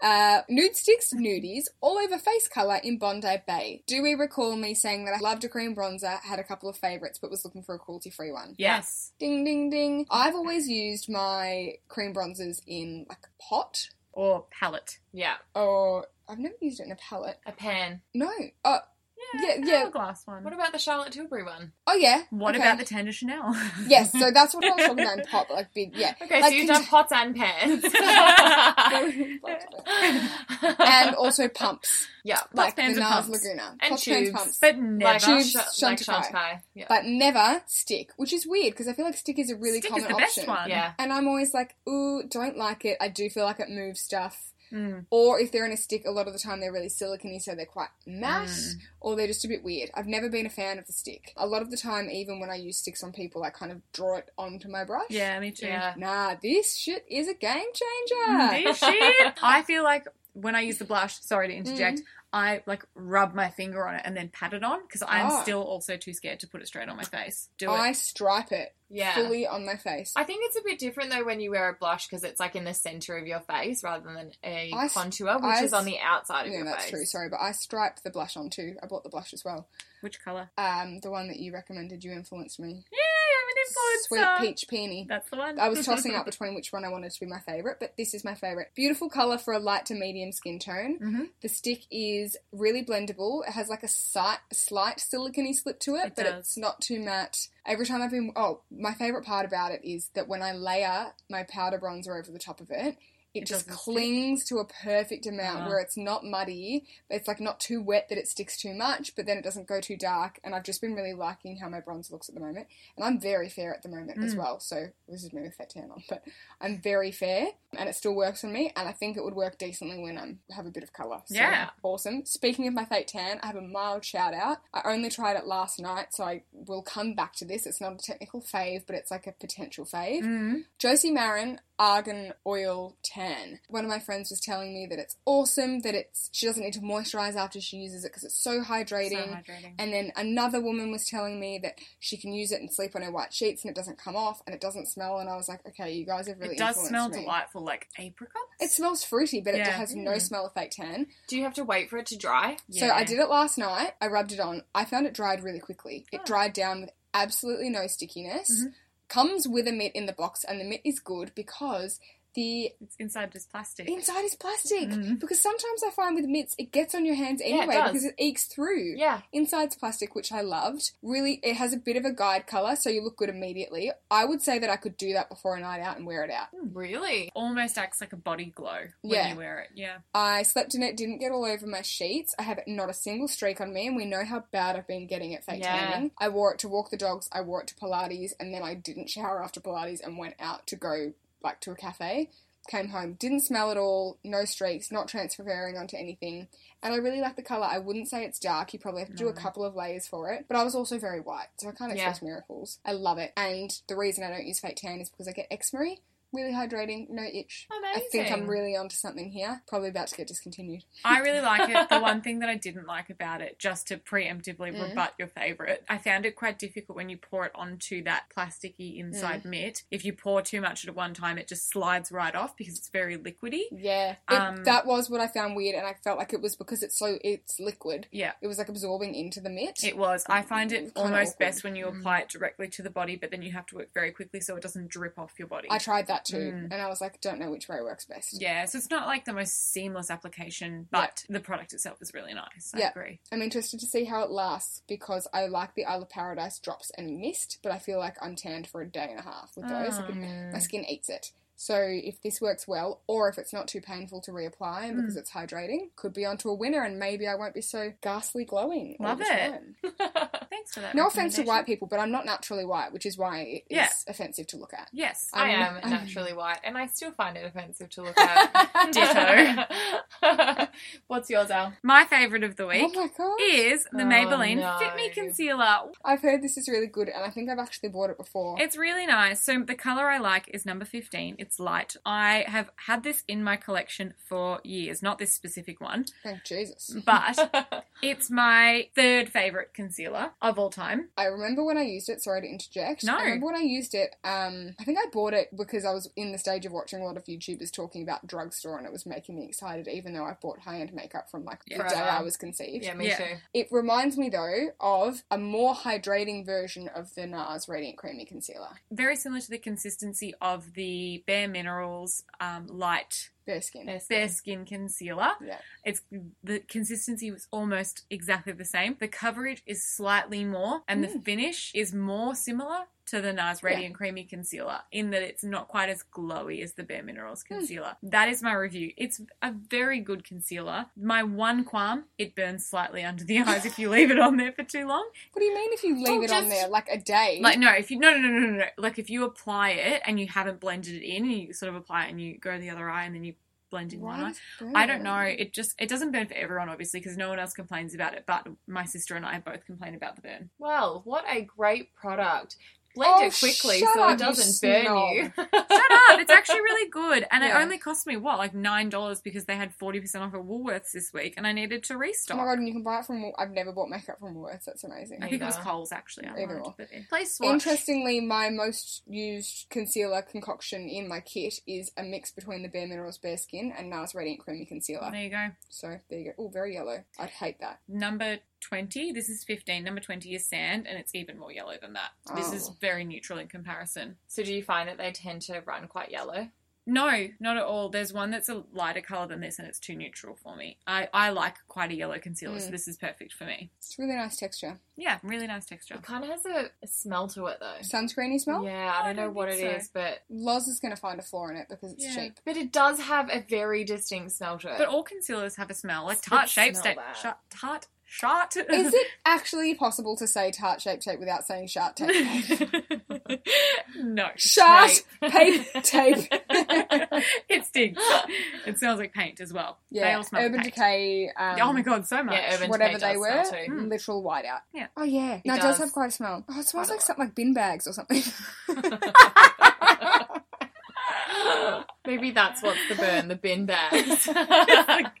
Speaker 2: Uh, nude sticks, nudies, all over face colour in Bondi Bay. Do we recall me saying that I loved a cream bronzer, had a couple of favourites, but was looking for a cruelty free one?
Speaker 1: yes.
Speaker 2: Ding, ding, ding. I've always used my cream bronzers in like a pot,
Speaker 1: Or palette.
Speaker 3: yeah,
Speaker 2: or I've never used it in a palette.
Speaker 3: a pan.
Speaker 2: No. Oh, Yeah, yeah.
Speaker 1: Glass one.
Speaker 3: What about the Charlotte Tilbury one?
Speaker 2: oh yeah.
Speaker 1: What
Speaker 2: Okay.
Speaker 1: about the Tender Chanel?
Speaker 2: Yes, so that's what I was talking about in pot, but like big, yeah.
Speaker 3: Okay,
Speaker 2: Like,
Speaker 3: so you've
Speaker 2: can-
Speaker 3: done pots and pans.
Speaker 2: and also pumps,
Speaker 3: yeah,
Speaker 2: like
Speaker 1: pans
Speaker 2: the
Speaker 1: and
Speaker 2: Nars
Speaker 1: pumps.
Speaker 2: Laguna.
Speaker 3: And
Speaker 2: Pots, pans,
Speaker 3: tubes.
Speaker 2: pumps.
Speaker 1: but never.
Speaker 3: like,
Speaker 2: Tubes,
Speaker 3: sh- like
Speaker 2: Shantikai.
Speaker 3: Shantikai. Yeah,
Speaker 2: But never stick, which is weird because I feel like stick is a really
Speaker 1: Stick
Speaker 2: common
Speaker 1: is the best
Speaker 2: option.
Speaker 1: one.
Speaker 3: yeah.
Speaker 2: And I'm always like, ooh, don't like it. I do feel like it moves stuff.
Speaker 1: Mm.
Speaker 2: Or if they're in a stick, a lot of the time they're really silicony, so they're quite matte,
Speaker 1: Mm.
Speaker 2: or they're just a bit weird. I've never been a fan of the stick. A lot of the time, even when I use sticks on people, I kind of draw it onto my brush.
Speaker 1: Yeah, me too.
Speaker 3: yeah.
Speaker 2: Nah, this shit is a game changer.
Speaker 1: This shit. I feel like when I use the blush, sorry to interject,
Speaker 2: Mm.
Speaker 1: I like rub my finger on it and then pat it on because I'm
Speaker 2: Oh.
Speaker 1: still also too scared to put it straight on my face. Do it.
Speaker 2: I stripe it
Speaker 3: yeah.
Speaker 2: fully on my face.
Speaker 3: I think it's a bit different though when you wear a blush because it's like in the center of your face rather than a
Speaker 2: I s-
Speaker 3: contour, which
Speaker 2: I
Speaker 3: is on
Speaker 2: s-
Speaker 3: the outside of
Speaker 2: yeah,
Speaker 3: your
Speaker 2: that's
Speaker 3: face.
Speaker 2: true. Sorry, but I striped the blush on too. I bought the blush as well.
Speaker 1: Which color?
Speaker 2: Um, the one that you recommended, you influenced me.
Speaker 1: Yeah,
Speaker 2: Sweet
Speaker 1: I'm an influencer.
Speaker 2: peach peony.
Speaker 1: That's the one.
Speaker 2: I was tossing up between which one I wanted to be my favourite, but this is my favourite. Beautiful colour for a light to medium skin tone.
Speaker 1: Mhm.
Speaker 2: The stick is really blendable. It has like a slight, slight silicony slip to it,
Speaker 1: It
Speaker 2: but
Speaker 1: does.
Speaker 2: it's not too matte. Every time I've been, oh, my favourite part about it is that when I layer my powder bronzer over the top of it, It,
Speaker 1: It
Speaker 2: just
Speaker 1: doesn't
Speaker 2: clings to a perfect amount
Speaker 1: Ah.
Speaker 2: where it's not muddy, but it's like not too wet that it sticks too much, but then it doesn't go too dark. And I've just been really liking how my bronze looks at the moment. And I'm very fair at the moment as well. So this is me with fat tan on, but I'm very fair and it still works on me. And I think it would work decently when I have a bit of colour. So,
Speaker 1: Yeah.
Speaker 2: Awesome. Speaking of my fake tan, I have a mild shout out. I only tried it last night, so I will come back to this. It's not a technical fave, but it's like a potential fave.
Speaker 1: Mm.
Speaker 2: Josie Marin Argan Oil Tan. One of my friends was telling me that it's awesome, that it's she doesn't need to moisturize after she uses it because it's so hydrating.
Speaker 1: hydrating.
Speaker 2: And then another woman was telling me that she can use it and sleep on her white sheets and it doesn't come off and it doesn't smell. And I was like, okay, you guys have really
Speaker 1: it does
Speaker 2: influenced
Speaker 1: smell
Speaker 2: me.
Speaker 1: delightful, like apricots.
Speaker 2: It smells fruity, but it
Speaker 1: Yeah.
Speaker 2: has no smell of fake tan.
Speaker 3: Do you have to wait for it to dry?
Speaker 2: So I did it last night. I rubbed it on. I found it dried really quickly.
Speaker 1: Oh.
Speaker 2: It dried down with absolutely no stickiness.
Speaker 1: Mm-hmm.
Speaker 2: Comes with a mitt in the box, and the mitt is good because the
Speaker 1: It's inside just plastic.
Speaker 2: inside is plastic.
Speaker 1: Mm.
Speaker 2: Because sometimes I find with mitts, it gets on your hands
Speaker 3: it
Speaker 2: anyway
Speaker 3: does.
Speaker 2: because it ekes through.
Speaker 3: Yeah.
Speaker 2: Inside's plastic, which I loved. Really, it has a bit of a guide colour, so you look good immediately. I would say that I could do that before a night out and wear it out.
Speaker 3: Really?
Speaker 1: Almost acts like a body glow when
Speaker 2: Yeah.
Speaker 1: you wear it. Yeah.
Speaker 2: I slept in it, didn't get all over my sheets. I have not a single streak on me, and we know how bad I've been getting at fake
Speaker 3: Yeah.
Speaker 2: tanning. I wore it to walk the dogs, I wore it to Pilates, and then I didn't shower after Pilates and went out to go like to a cafe. Came home, didn't smell at all, no streaks, not transferring onto anything. And I really like the colour. I wouldn't say it's dark, you probably have to do a couple of layers for it. But I was also very white, so I can't
Speaker 3: Yeah.
Speaker 2: expect miracles. I love it. And the reason I don't use fake tan is because I get eczema. Really hydrating, no itch. I think I'm
Speaker 3: Amazing.
Speaker 2: really onto something here. Probably about to get discontinued.
Speaker 1: I really like it. The one thing that I didn't like about it, just to preemptively
Speaker 2: Mm.
Speaker 1: rebut your favourite, I found it quite difficult when you pour it onto that plasticky inside
Speaker 2: Mm.
Speaker 1: mitt. If you pour too much at one time, it just slides right off because it's very liquidy.
Speaker 2: Yeah, it,
Speaker 1: Um,
Speaker 2: that was what I found weird, and I felt like it was because it's so it's liquid.
Speaker 1: Yeah.
Speaker 2: It was like absorbing into the mitt.
Speaker 1: It was. I find it
Speaker 2: Kinda
Speaker 1: almost
Speaker 2: awkward.
Speaker 1: best when you apply it directly to the body, but then you have to work very quickly so it doesn't drip off your body.
Speaker 2: I tried that too, and I was like, don't know which way works best.
Speaker 1: yeah, so it's not like the most seamless application, but the product itself is really nice. I
Speaker 2: Yeah.
Speaker 1: agree.
Speaker 2: I'm interested to see how it lasts because I like the Isle of Paradise drops and mist, but I feel like I'm tanned for a day and a half with those. I could-
Speaker 1: Oh,
Speaker 2: My skin eats it. So if this works well, or if it's not too painful to reapply and
Speaker 1: Hmm.
Speaker 2: because it's hydrating, could be onto a winner, and maybe I won't be so ghastly glowing. all
Speaker 1: Love
Speaker 2: the
Speaker 1: it.
Speaker 2: time.
Speaker 1: Thanks for that.
Speaker 2: Oh, No offense to
Speaker 1: recommendation.
Speaker 2: white people, but I'm not naturally white, which is why it's
Speaker 1: Yeah.
Speaker 2: offensive to look at.
Speaker 1: Yes.
Speaker 3: I am
Speaker 2: I'm-
Speaker 3: naturally white, and I still find it offensive to look at.
Speaker 1: Ditto.
Speaker 3: What's yours, Al?
Speaker 1: My favourite of the week.
Speaker 2: Oh my god!
Speaker 1: is the
Speaker 3: Oh,
Speaker 1: Maybelline
Speaker 3: no.
Speaker 1: Fit Me Concealer.
Speaker 2: I've heard this is really good, and I think I've actually bought it before.
Speaker 1: It's really nice. So the color I like is number 15. It's light. I have had this in my collection for years, not this specific one,
Speaker 2: Thank Oh, Jesus.
Speaker 1: but it's my third favorite concealer of all time.
Speaker 2: I remember when I used it. Sorry to interject.
Speaker 1: No.
Speaker 2: I remember when I used it. Um, I think I bought it because I was in the stage of watching a lot of YouTubers talking about drugstore, and it was making me excited. Even though I've bought high end makeup from like the day
Speaker 3: Forever.
Speaker 2: I was conceived.
Speaker 3: Yeah, me
Speaker 1: Yeah.
Speaker 3: too.
Speaker 2: It reminds me though of a more hydrating version of the NARS Radiant Creamy Concealer.
Speaker 1: Very similar to the consistency of the Bare Minerals um, Light
Speaker 2: Bare skin.
Speaker 3: Yes.
Speaker 1: Bare Skin Concealer.
Speaker 2: Yeah.
Speaker 1: It's the consistency was almost exactly the same. The coverage is slightly more, and the finish is more similar to the NARS Radiant Creamy Concealer in that it's not quite as glowy as the Bare Minerals Concealer. That is my review. It's a very good concealer. My one qualm, it burns slightly under the eyes if you leave it on there for too long.
Speaker 2: What do you mean if you leave
Speaker 3: Oh,
Speaker 2: it on
Speaker 3: just-
Speaker 2: there like a day?
Speaker 1: Like no, if you no no no no no, no. like if you apply it and you haven't blended it in, and you sort of apply it and you go to the other eye and then you blend in one eye.
Speaker 2: Why does it burn?
Speaker 1: I don't know. It just it doesn't burn for everyone, obviously, because no one else complains about it. But my sister and I both complain about the burn.
Speaker 3: Well, what a great product. Blend
Speaker 2: Oh,
Speaker 3: it quickly
Speaker 2: shut
Speaker 3: so
Speaker 2: up, you
Speaker 3: it doesn't burn
Speaker 2: snob.
Speaker 3: you.
Speaker 1: Shut up! It's actually really good, and
Speaker 2: Yeah.
Speaker 1: it only cost me what like nine dollars because they had forty percent off at Woolworths this week, and I needed to
Speaker 2: Oh
Speaker 1: restock.
Speaker 2: my god, and you can buy it from. I've never bought makeup from Woolworths. That's amazing.
Speaker 1: I think it was
Speaker 3: Either.
Speaker 1: Coles actually. I
Speaker 2: Either
Speaker 1: lied,
Speaker 2: or.
Speaker 1: but yeah. Please swatch.
Speaker 2: Interestingly, my most used concealer concoction in my kit is a mix between the Bare Minerals Bare Skin and NARS Radiant Creamy Concealer.
Speaker 1: There you go.
Speaker 2: So there you go. Oh, very yellow. I'd hate that.
Speaker 1: Number twenty. This is fifteen. Number twenty is sand, and it's even more yellow than that. This is
Speaker 2: Oh.
Speaker 1: very neutral in comparison.
Speaker 3: So do you find that they tend to run quite yellow?
Speaker 1: No, not at all. There's one that's a lighter color than this, and it's too neutral for me. I, I like quite a yellow concealer,
Speaker 2: Mm.
Speaker 1: so this is perfect for me.
Speaker 2: It's really nice texture.
Speaker 1: Yeah, really nice texture.
Speaker 3: It kind of has a, a smell to it though.
Speaker 2: Sunscreeny smell?
Speaker 3: Yeah, I don't know
Speaker 1: Oh, don't
Speaker 3: what it
Speaker 1: think
Speaker 3: is,
Speaker 1: so.
Speaker 3: but
Speaker 2: Loz is going to find a flaw in it because it's
Speaker 1: Yeah.
Speaker 2: cheap.
Speaker 3: but it does have a very distinct smell to it.
Speaker 1: But all concealers have a smell, like
Speaker 3: It's
Speaker 1: tart
Speaker 3: good
Speaker 1: shape,
Speaker 3: smell
Speaker 1: sta-
Speaker 3: that.
Speaker 1: shot, tart, shot.
Speaker 2: Is it actually possible to say tart shape tape without saying shart tape? tape?
Speaker 1: no.
Speaker 2: shart
Speaker 3: Tape.
Speaker 2: pape tape.
Speaker 1: it stinks. It smells like paint as well.
Speaker 2: yeah,
Speaker 1: They all smell
Speaker 2: Urban
Speaker 1: like paint.
Speaker 2: Decay. Um,
Speaker 1: oh my god, so much.
Speaker 3: Yeah, Urban
Speaker 2: whatever
Speaker 3: Decay
Speaker 2: they
Speaker 3: does
Speaker 2: were,
Speaker 3: smell too. Hmm.
Speaker 2: mm, literal whiteout.
Speaker 1: Yeah.
Speaker 2: Oh yeah. no, it does.
Speaker 3: does.
Speaker 2: have quite a smell. Oh, it smells
Speaker 3: Quite a
Speaker 2: like
Speaker 3: lot.
Speaker 2: something like bin bags or something.
Speaker 3: Maybe that's what's the burn, the bin bags.
Speaker 1: It's like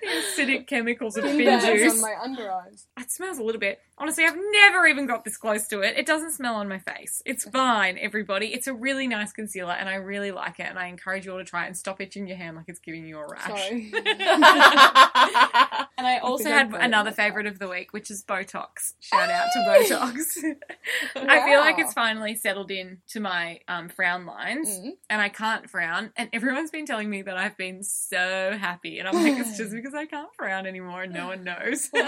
Speaker 1: the acidic chemicals of
Speaker 2: bin
Speaker 1: bin
Speaker 2: bags
Speaker 1: juice.
Speaker 2: on my under eyes.
Speaker 1: It smells a little bit. Honestly, I've never even got this close to it. It doesn't smell on my face. It's fine, everybody. It's a really nice concealer, and I really like it. And I encourage you all to try it and stop itching your hand like it's giving you a rash.
Speaker 2: Sorry.
Speaker 1: And I also
Speaker 2: think I'd
Speaker 1: had
Speaker 2: probably
Speaker 1: another
Speaker 2: like that.
Speaker 1: favorite of the week, which is Botox. Shout out to Botox. I feel like
Speaker 2: Wow.
Speaker 1: it's finally settled in to my um, frown lines,
Speaker 2: Mhm.
Speaker 1: and I can't frown. And everyone's been telling me that I've been so happy, and I'm like, it's just because I can't frown anymore, and no one knows. but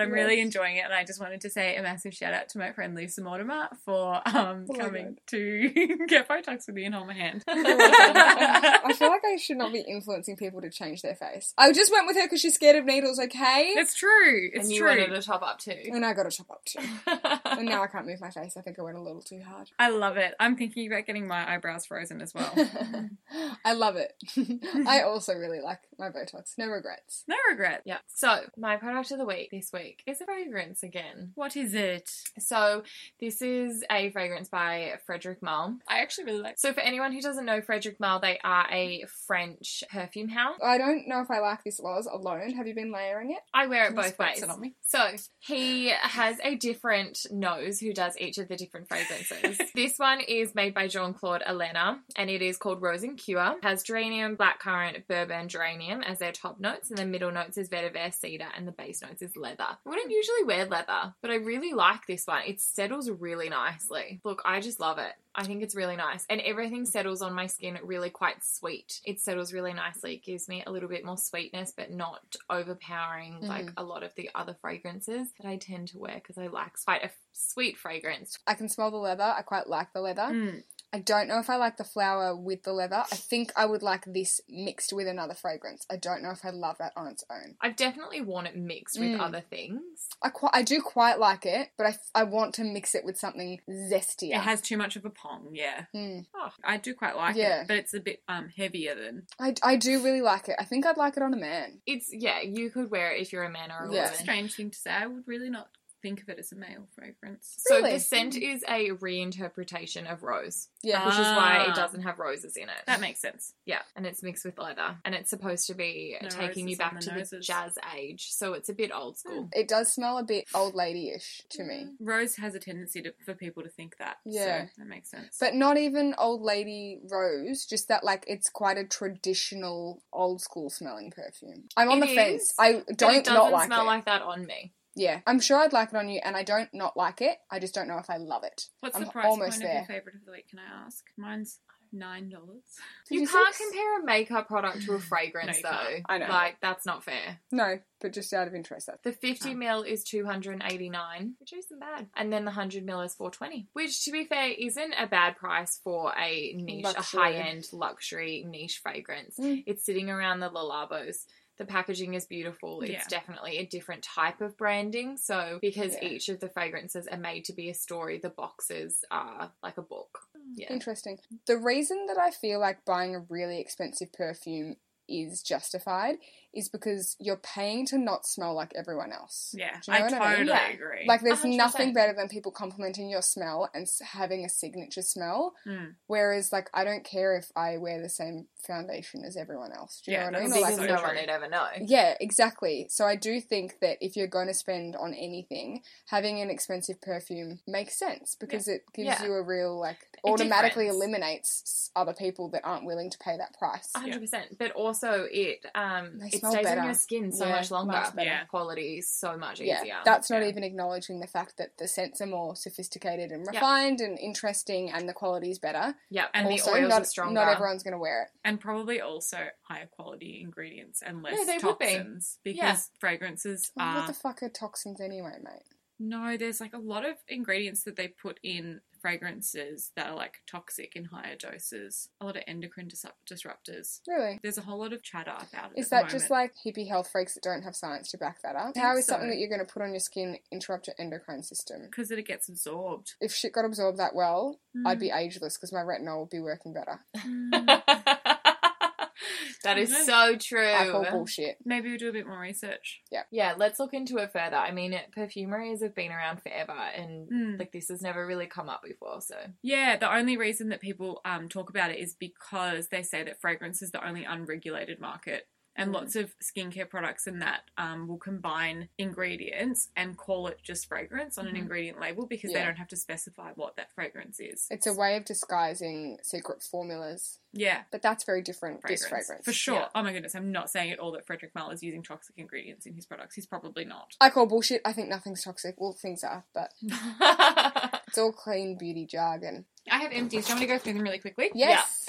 Speaker 1: I'm really
Speaker 2: Yes.
Speaker 1: enjoying it, and I just wanted to say a massive shout out to my friend Lisa Mortimer for um,
Speaker 2: Oh my
Speaker 1: coming
Speaker 2: God. Oh
Speaker 1: to get Botox with me and hold my hand.
Speaker 2: I feel like I should not be influencing people to change their face. I just went with her because she's scared of needles, okay?
Speaker 1: It's true. It's
Speaker 3: and you
Speaker 1: true.
Speaker 3: wanted a top up too.
Speaker 2: and I got a chop up too.
Speaker 1: Mm.
Speaker 2: and now I can't move my face. I think I went a little too hard.
Speaker 1: I love it. I'm thinking about getting my eyebrows frozen as well.
Speaker 2: I love it. I also really like my Botox. No regrets.
Speaker 1: No regret.
Speaker 3: yeah. So my product of the week this week is a fragrance again.
Speaker 1: What is it?
Speaker 3: So this is a fragrance by Frederick Malle.
Speaker 1: I actually really like.
Speaker 3: So for anyone who doesn't know Frederick Malle, they are a French perfume house.
Speaker 2: I don't know if I like this Loz alone. Have you been layering it?
Speaker 3: I wear it
Speaker 1: Can you
Speaker 3: both
Speaker 1: spritz
Speaker 3: ways.
Speaker 1: it on me?
Speaker 3: So he has a different nose who does each of the different fragrances. this one is made by Jean Claude Elena and it is called Rose and Cure. It has geranium, blackcurrant, bourbon, geranium as their top notes, and the middle notes is vetiver, cedar, and the base notes is leather. I wouldn't usually wear leather, but I really like this one. It settles really nicely. Look, I just love it. I think it's really nice. And everything settles on my skin really quite sweet. It settles really nicely. It gives me a little bit more sweetness, but not overpowering like a lot of the other fragrances that I tend to wear because I like quite a f- sweet fragrance.
Speaker 2: I can smell the leather. I quite like the leather. I don't know if I like the flower with the leather. I think I would like this mixed with another fragrance. I don't know if I love that on its own.
Speaker 3: I've definitely worn it mixed with other things.
Speaker 2: I quite, I do quite like it, but I, I want to mix it with something zestier.
Speaker 1: It has too much of a pong. Yeah.
Speaker 2: Mm.
Speaker 1: Oh, I do quite like
Speaker 2: Yeah.
Speaker 1: it, but it's a bit um heavier than.
Speaker 2: I, I do really like it. I think I'd like it on a man.
Speaker 3: It's, yeah, you could wear it if you're a man or a
Speaker 2: Yeah.
Speaker 3: woman.
Speaker 1: Strange thing to say. I would really not think of it as a male fragrance.
Speaker 3: So
Speaker 2: Really?
Speaker 3: the scent is a reinterpretation of rose,
Speaker 2: Yeah.
Speaker 3: which is why
Speaker 1: Ah.
Speaker 3: it doesn't have roses in it.
Speaker 1: That makes sense.
Speaker 3: Yeah, and it's mixed with leather, and it's supposed to be
Speaker 1: No
Speaker 3: taking you
Speaker 1: roses on
Speaker 3: back
Speaker 1: the
Speaker 3: to the
Speaker 1: noses.
Speaker 3: jazz age, so it's a bit old school.
Speaker 2: It does smell a bit old lady ish to me.
Speaker 1: Rose has a tendency to, for people to think that.
Speaker 2: Yeah.
Speaker 1: So that makes sense.
Speaker 2: But not even old lady rose, just that like it's quite a traditional old school smelling perfume. I'm on
Speaker 3: It
Speaker 2: the
Speaker 3: is,
Speaker 2: fence. I
Speaker 3: But
Speaker 2: don't
Speaker 3: it doesn't
Speaker 2: not like
Speaker 3: smell
Speaker 2: it.
Speaker 3: like that on me.
Speaker 2: yeah. I'm sure I'd like it on you and I don't not like it. I just don't know if I love it.
Speaker 1: What's
Speaker 2: I'm
Speaker 1: the price point
Speaker 2: almost
Speaker 1: of
Speaker 2: there.
Speaker 1: your favorite of the week? Can I ask? Mine's nine dollars.
Speaker 3: You
Speaker 2: 56?
Speaker 3: can't compare a makeup product to a fragrance,
Speaker 1: you
Speaker 3: though.
Speaker 1: can't.
Speaker 2: I know.
Speaker 3: Like that's not fair.
Speaker 2: No, but just out of interest that's
Speaker 3: The 50 mil is 289, which isn't bad. And then the 100 mil is 420, which to be fair isn't a bad price for a niche,
Speaker 2: Luxury.
Speaker 3: a high-end luxury niche fragrance.
Speaker 2: Mm.
Speaker 3: It's sitting around the Lalabos. The packaging is beautiful. It's
Speaker 1: Yeah.
Speaker 3: definitely a different type of branding. So because
Speaker 2: Yeah.
Speaker 3: each of the fragrances are made to be a story, the boxes are like a book.
Speaker 2: Mm.
Speaker 3: Yeah.
Speaker 2: Interesting. The reason that I feel like buying a really expensive perfume is justified is because you're paying to not smell like everyone else.
Speaker 1: Yeah,
Speaker 2: Do you know
Speaker 1: I
Speaker 2: what I mean?
Speaker 1: totally
Speaker 3: Yeah.
Speaker 1: agree.
Speaker 2: Like, there's
Speaker 3: 100%.
Speaker 2: nothing better than people complimenting your smell and s- having a signature smell.
Speaker 1: Mm.
Speaker 2: Whereas, like, I don't care if I wear the same foundation as everyone else. Do you
Speaker 1: Yeah,
Speaker 2: know what I mean?
Speaker 1: that's
Speaker 2: Or,
Speaker 3: Because
Speaker 2: like,
Speaker 1: so
Speaker 3: no
Speaker 1: true.
Speaker 3: one would ever know.
Speaker 2: yeah, exactly. So I do think that if you're going to spend on anything, having an expensive perfume makes sense because it gives
Speaker 3: Yeah.
Speaker 2: you a real like automatically
Speaker 3: difference.
Speaker 2: eliminates other people that aren't willing to pay that price.
Speaker 3: hundred percent. But also, also it um
Speaker 2: They
Speaker 3: it
Speaker 2: smell
Speaker 3: stays
Speaker 2: better.
Speaker 3: on your skin so
Speaker 2: Yeah,
Speaker 3: much longer.
Speaker 2: much
Speaker 1: better. Yeah.
Speaker 3: Quality is so much
Speaker 2: yeah,
Speaker 3: easier.
Speaker 2: that's not
Speaker 1: Yeah.
Speaker 2: even acknowledging the fact that the scents are more sophisticated and refined and interesting, and the quality is better.
Speaker 3: yeah, and
Speaker 1: And
Speaker 3: the oils
Speaker 2: not,
Speaker 3: are stronger.
Speaker 2: Not everyone's going to wear it.
Speaker 1: and probably also higher quality ingredients and less
Speaker 3: Yeah, they would be.
Speaker 1: toxins because
Speaker 3: Yeah.
Speaker 1: fragrances
Speaker 2: Well,
Speaker 1: are
Speaker 3: Uh.
Speaker 2: what the fuck are toxins anyway, mate?
Speaker 1: no there's like a lot of ingredients that they put in fragrances that are like toxic in higher doses a lot of endocrine dis- disruptors
Speaker 2: Really?
Speaker 1: there's a whole lot of chatter about it
Speaker 2: Is
Speaker 1: at
Speaker 2: that
Speaker 1: the
Speaker 2: just
Speaker 1: moment.
Speaker 2: like hippie health freaks that don't have science to back that up?
Speaker 1: think
Speaker 2: How is
Speaker 1: so.
Speaker 2: something that you're going to put on your skin interrupt your endocrine system?
Speaker 1: because it gets absorbed
Speaker 2: If shit got absorbed that well, I'd
Speaker 1: Mm-hmm.
Speaker 2: be ageless because my retinol would be working better.
Speaker 3: that is so true.
Speaker 2: I call bullshit.
Speaker 1: maybe we do a bit more research
Speaker 3: Yeah, let's look into it further. I mean, perfumeries have been around forever, and
Speaker 2: Hmm.
Speaker 1: Mm.
Speaker 3: like this has never really come up before. So
Speaker 1: yeah the only reason that people um, talk about it is because they say that fragrance is the only unregulated market and
Speaker 3: Mm.
Speaker 1: lots of skincare products and that um, will combine ingredients and call it just fragrance on an
Speaker 3: Mhm.
Speaker 1: ingredient label because they
Speaker 2: Mm-hmm. Yeah.
Speaker 1: don't have to specify what that fragrance is.
Speaker 2: It's a way of disguising secret formulas,
Speaker 1: yeah.
Speaker 2: but that's very different.
Speaker 1: Fragrance.
Speaker 2: This fragrance,
Speaker 1: For sure.
Speaker 3: Yeah.
Speaker 1: Oh my goodness, I'm not saying at all that Frederick Malle is using toxic ingredients in his products. He's probably not.
Speaker 2: I call bullshit. I think nothing's toxic. Well, things are, but
Speaker 3: I
Speaker 2: it's all clean beauty jargon.
Speaker 1: I have empties. Do you want me to go through them really quickly?
Speaker 2: Yes.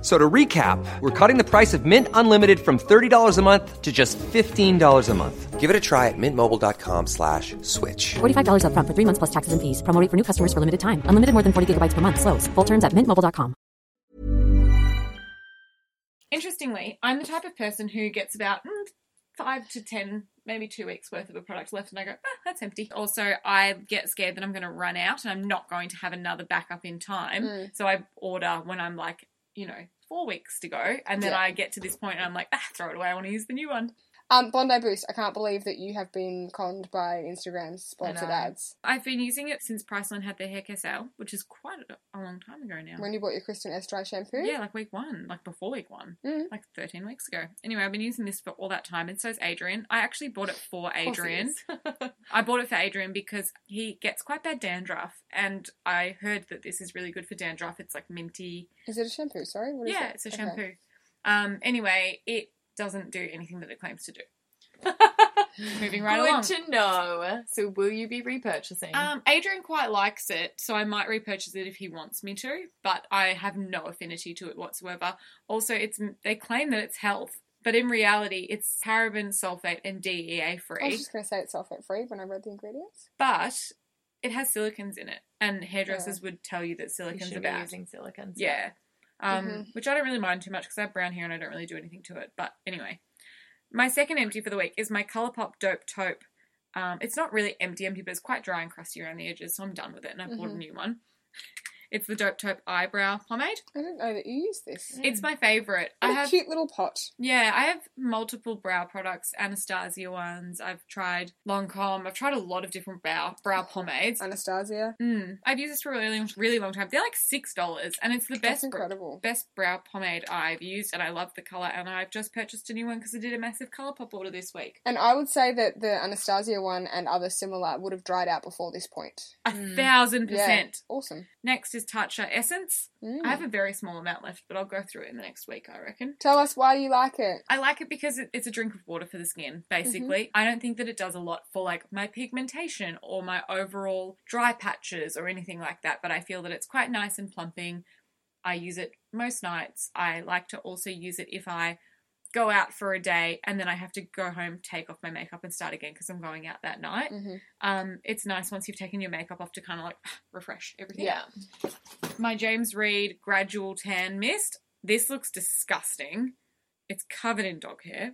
Speaker 6: So to recap, we're cutting the price of Mint Unlimited from $30 a month to just $15 a month. Give it a try at mintmobile.com slash switch.
Speaker 7: $45 upfront for three months plus taxes and fees. Promo rate for new customers for limited time. Unlimited more than 40 gigabytes per month. Slows. Full terms at mintmobile.com.
Speaker 1: Interestingly, I'm the type of person who gets about mm, five to ten, maybe two weeks worth of a product left, and I go, ah, that's empty. Also, I get scared that I'm going to run out and I'm not going to have another backup in time.
Speaker 2: Mm.
Speaker 1: So I order when I'm like, you know, four weeks to go, and then
Speaker 2: Yeah.
Speaker 1: I get to this point and I'm like, ah, throw it away. I want to use the new one.
Speaker 2: Um, Bondi Boost. I can't believe that you have been conned by Instagram's sponsored
Speaker 3: I know.
Speaker 2: ads.
Speaker 1: I've been using it since Priceline had their hair care sale, which is quite a, a long time ago now.
Speaker 2: When you bought your Kristen S dry shampoo,
Speaker 1: Yeah, like week one, like before week one,
Speaker 2: Mm.
Speaker 1: like 13 weeks ago. Anyway, I've been using this for all that time, and so is Adrian. I actually bought it for Adrian. I bought it for Adrian because he gets quite bad dandruff, and I heard that this is really good for dandruff. It's like minty.
Speaker 2: is it a shampoo? Sorry, what is
Speaker 1: yeah,
Speaker 2: it?
Speaker 1: it's a
Speaker 2: Okay.
Speaker 1: shampoo. Um, anyway, it doesn't do anything that it claims to do. Moving right
Speaker 3: Good
Speaker 1: along.
Speaker 3: to know. So, will you be repurchasing?
Speaker 1: Um, Adrian quite likes it, so I might repurchase it if he wants me to, but I have no affinity to it whatsoever. Also, it's they claim that it's health, but in reality, it's paraben, sulfate, and E DEA
Speaker 2: I was
Speaker 1: free.
Speaker 2: just going to say it's sulfate free when I read the ingredients.
Speaker 1: But it has silicons in it, and hairdressers would tell you that
Speaker 3: you
Speaker 1: silicon's
Speaker 3: should
Speaker 1: are
Speaker 3: be
Speaker 1: bad.
Speaker 3: using silicone.
Speaker 1: Yeah. Um, Which I don't really mind too much because I have brown hair and I don't really do anything to it. But anyway, my second empty for the week is my Colourpop Dope Taupe. Um, it's not really empty, empty, but it's quite dry and crusty around the edges, so I'm done with it and I bought a new one. It's the Dope Taupe Eyebrow Pomade.
Speaker 2: I didn't know that you used this.
Speaker 1: It's my favourite. Mm. I
Speaker 2: What a
Speaker 1: have
Speaker 2: cute little pot.
Speaker 1: yeah, I have multiple brow products, Anastasia ones. I've tried Lancome. I've tried a lot of different brow brow pomades.
Speaker 2: Anastasia.
Speaker 1: Mm. I've used this for a really, really long time. They're like six dollars, and it's the best,
Speaker 2: incredible.
Speaker 1: best brow pomade I've used, and I love the color. And I've just purchased a new one because I did a massive color pop order this week.
Speaker 2: And I would say that the Anastasia one and other similar would have dried out before this point.
Speaker 1: A thousand
Speaker 2: Mm. Yeah.
Speaker 1: percent.
Speaker 2: Awesome. Mm.
Speaker 1: Next is Tatcha Essence. I have a very small amount left, but I'll go through it in the next week, I reckon.
Speaker 2: Tell us why you like it.
Speaker 1: I like it because it, it's a drink of water for the skin, basically. I don't think that it does a lot for like my pigmentation or my overall dry patches or anything like that, but I feel that it's quite nice and plumping. I use it most nights. I like to also use it if I go out for a day, and then I have to go home, take off my makeup, and start again because I'm going out that night. Um, it's nice once you've taken your makeup off to kind of like refresh everything.
Speaker 3: Yeah.
Speaker 1: My James Reed gradual tan mist. This looks disgusting. It's covered in dog hair.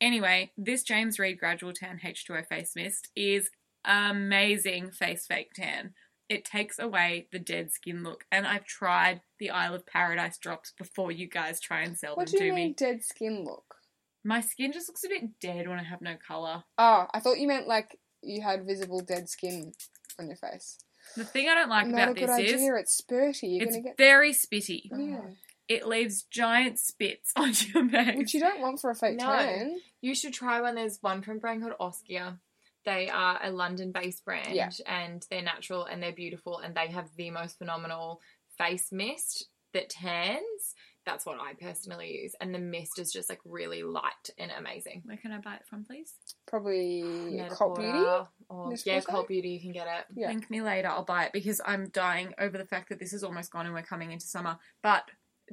Speaker 1: anyway, this James Reed gradual tan H2O face mist is amazing face fake tan. It takes away the dead skin look, and I've tried the Isle of Paradise drops before you guys try and sell
Speaker 2: What
Speaker 1: them
Speaker 2: do
Speaker 1: to
Speaker 2: you mean
Speaker 1: me.
Speaker 2: dead skin look?
Speaker 1: My skin just looks a bit dead when I have no color.
Speaker 2: Oh, I thought you meant like you had visible dead skin on your face.
Speaker 1: The thing I don't like
Speaker 2: Not a
Speaker 1: about
Speaker 2: good
Speaker 1: this
Speaker 2: idea.
Speaker 1: is
Speaker 2: It's spurty. You're
Speaker 1: it's
Speaker 2: gonna get.
Speaker 1: very spitty.
Speaker 2: Yeah.
Speaker 1: It leaves giant spits on your
Speaker 2: Which
Speaker 1: face.
Speaker 2: you don't want for a fake
Speaker 3: No.
Speaker 2: tan.
Speaker 3: You should try one. There's one from a brand called Oskia. They are a London based brand
Speaker 2: Yeah.
Speaker 3: and they're natural and they're beautiful and they have the most phenomenal face mist that tans. That's what I personally use. And the mist is just like really light and amazing.
Speaker 1: Where can I buy it from, please?
Speaker 2: Probably
Speaker 3: Net
Speaker 2: cult
Speaker 3: Porter
Speaker 2: beauty.
Speaker 3: Or,
Speaker 2: Nespresso?
Speaker 3: yeah, Cult Beauty, you can get it.
Speaker 2: Yeah.
Speaker 1: Link me later. I'll buy it because I'm dying over the fact that this is almost gone and we're coming into summer. But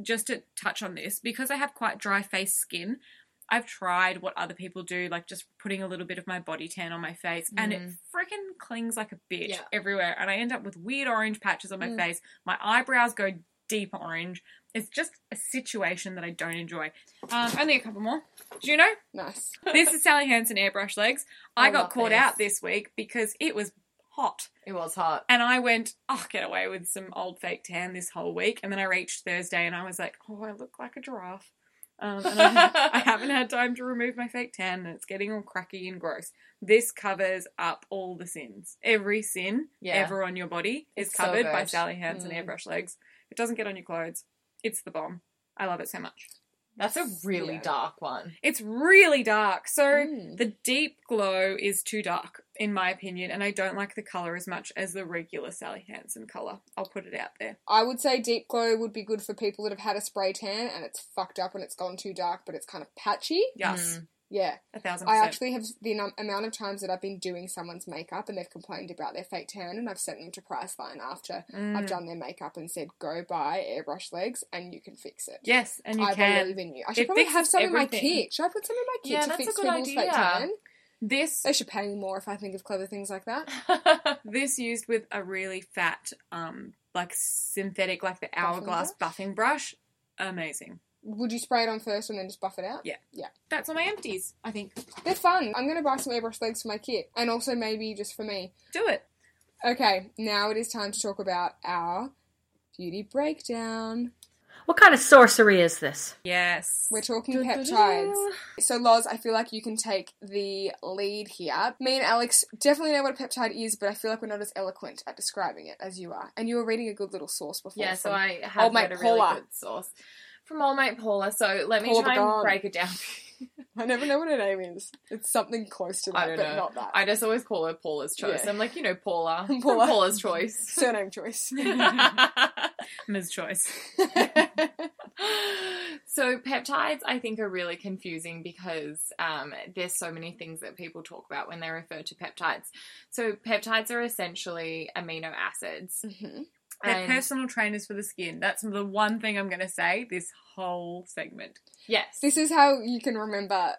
Speaker 1: just to touch on this, because I have quite dry face skin, I've tried what other people do, like just putting a little bit of my body tan on my face, and it freaking clings like a bitch
Speaker 3: Mm. Yeah. Mm.
Speaker 1: everywhere. And I end up with weird orange patches on my face. My eyebrows go deep orange. It's just a situation that I don't enjoy. Um, only a couple more. Juno,
Speaker 2: Nice.
Speaker 1: this is Sally Hansen airbrush legs. I,
Speaker 3: I
Speaker 1: got
Speaker 3: love
Speaker 1: caught
Speaker 3: this.
Speaker 1: out this week because it was hot.
Speaker 3: It was hot.
Speaker 1: And I went, oh, get away with some old fake tan this whole week. And then I reached Thursday and I was like, oh, I look like a giraffe. Um, and I, I haven't had time to remove my fake tan and it's getting all cracky and gross. This covers up all the sins. Every sin
Speaker 3: Yeah.
Speaker 1: ever on your body is
Speaker 3: It's so Hmm.
Speaker 1: covered by
Speaker 3: good.
Speaker 1: Sally Hansen airbrush legs. It doesn't get on your clothes. It's the bomb. I love it so much.
Speaker 3: That's a really
Speaker 2: Yeah.
Speaker 3: dark one.
Speaker 1: It's really dark. So
Speaker 2: Mm.
Speaker 1: the deep glow is too dark, in my opinion, and I don't like the colour as much as the regular Sally Hansen colour. I'll put it out there.
Speaker 2: I would say deep glow would be good for people that have had a spray tan and it's fucked up and it's gone too dark, but it's kind of patchy.
Speaker 1: Yes.
Speaker 2: Yeah.
Speaker 1: A thousand
Speaker 2: Mm. I
Speaker 1: percent.
Speaker 2: actually have the num- amount of times that I've been doing someone's makeup and they've complained about their fake tan, and I've sent them to Priceline after
Speaker 1: Mm.
Speaker 2: I've done their makeup and said, "Go buy airbrush legs, and you can fix it."
Speaker 1: yes, and you
Speaker 2: I
Speaker 1: can.
Speaker 2: believe in you. I should
Speaker 1: It
Speaker 2: probably have
Speaker 1: fixes
Speaker 2: some in my
Speaker 1: everything.
Speaker 2: kit. Should I put some in my kit
Speaker 3: Yeah,
Speaker 2: to
Speaker 3: that's
Speaker 2: fix
Speaker 3: a good
Speaker 2: people's fake
Speaker 3: idea.
Speaker 2: tan?
Speaker 1: This
Speaker 2: They should pay me more if I think of clever things like that.
Speaker 1: this used with a really fat, um, like synthetic, like the hourglass buffing brush. Amazing.
Speaker 2: Would you spray it on first and then just buff it out?
Speaker 1: Yeah.
Speaker 2: Yeah.
Speaker 1: That's all my empties. I think.
Speaker 2: They're fun. I'm going to buy some airbrush legs for my kit and also maybe just for me.
Speaker 1: Do it.
Speaker 2: Okay, now it is time to talk about our beauty breakdown.
Speaker 8: What kind of sorcery is this?
Speaker 1: Yes.
Speaker 2: We're talking peptides. So, Loz, I feel like you can take the lead here. Me and Alex definitely know what a peptide is, but I feel like we're not as eloquent at describing it as you are. And you were reading a good little source before.
Speaker 3: Yeah, so
Speaker 2: from
Speaker 3: I have
Speaker 2: Old Mate
Speaker 3: read a really
Speaker 2: Oh, Paula.
Speaker 3: good source from All Mate Paula. So let me
Speaker 2: Paula
Speaker 3: try
Speaker 2: Begon.
Speaker 3: and break it down.
Speaker 2: I never know what her name is. It's something close to
Speaker 3: I
Speaker 2: that,
Speaker 3: don't
Speaker 2: but
Speaker 3: know.
Speaker 2: not that.
Speaker 3: I just always call her Paula's choice.
Speaker 2: Yeah.
Speaker 3: I'm like, you know, Paula, from
Speaker 2: Paula.
Speaker 3: Paula's choice.
Speaker 2: Surname choice.
Speaker 1: Ms. Choice.
Speaker 3: so peptides i think are really confusing because um, there's so many things that people talk about when they refer to peptides so peptides are essentially amino acids
Speaker 1: They're
Speaker 3: And-
Speaker 1: personal trainers for the skin. That's the one thing I'm going to say this whole segment.
Speaker 3: yes
Speaker 2: this is how you can remember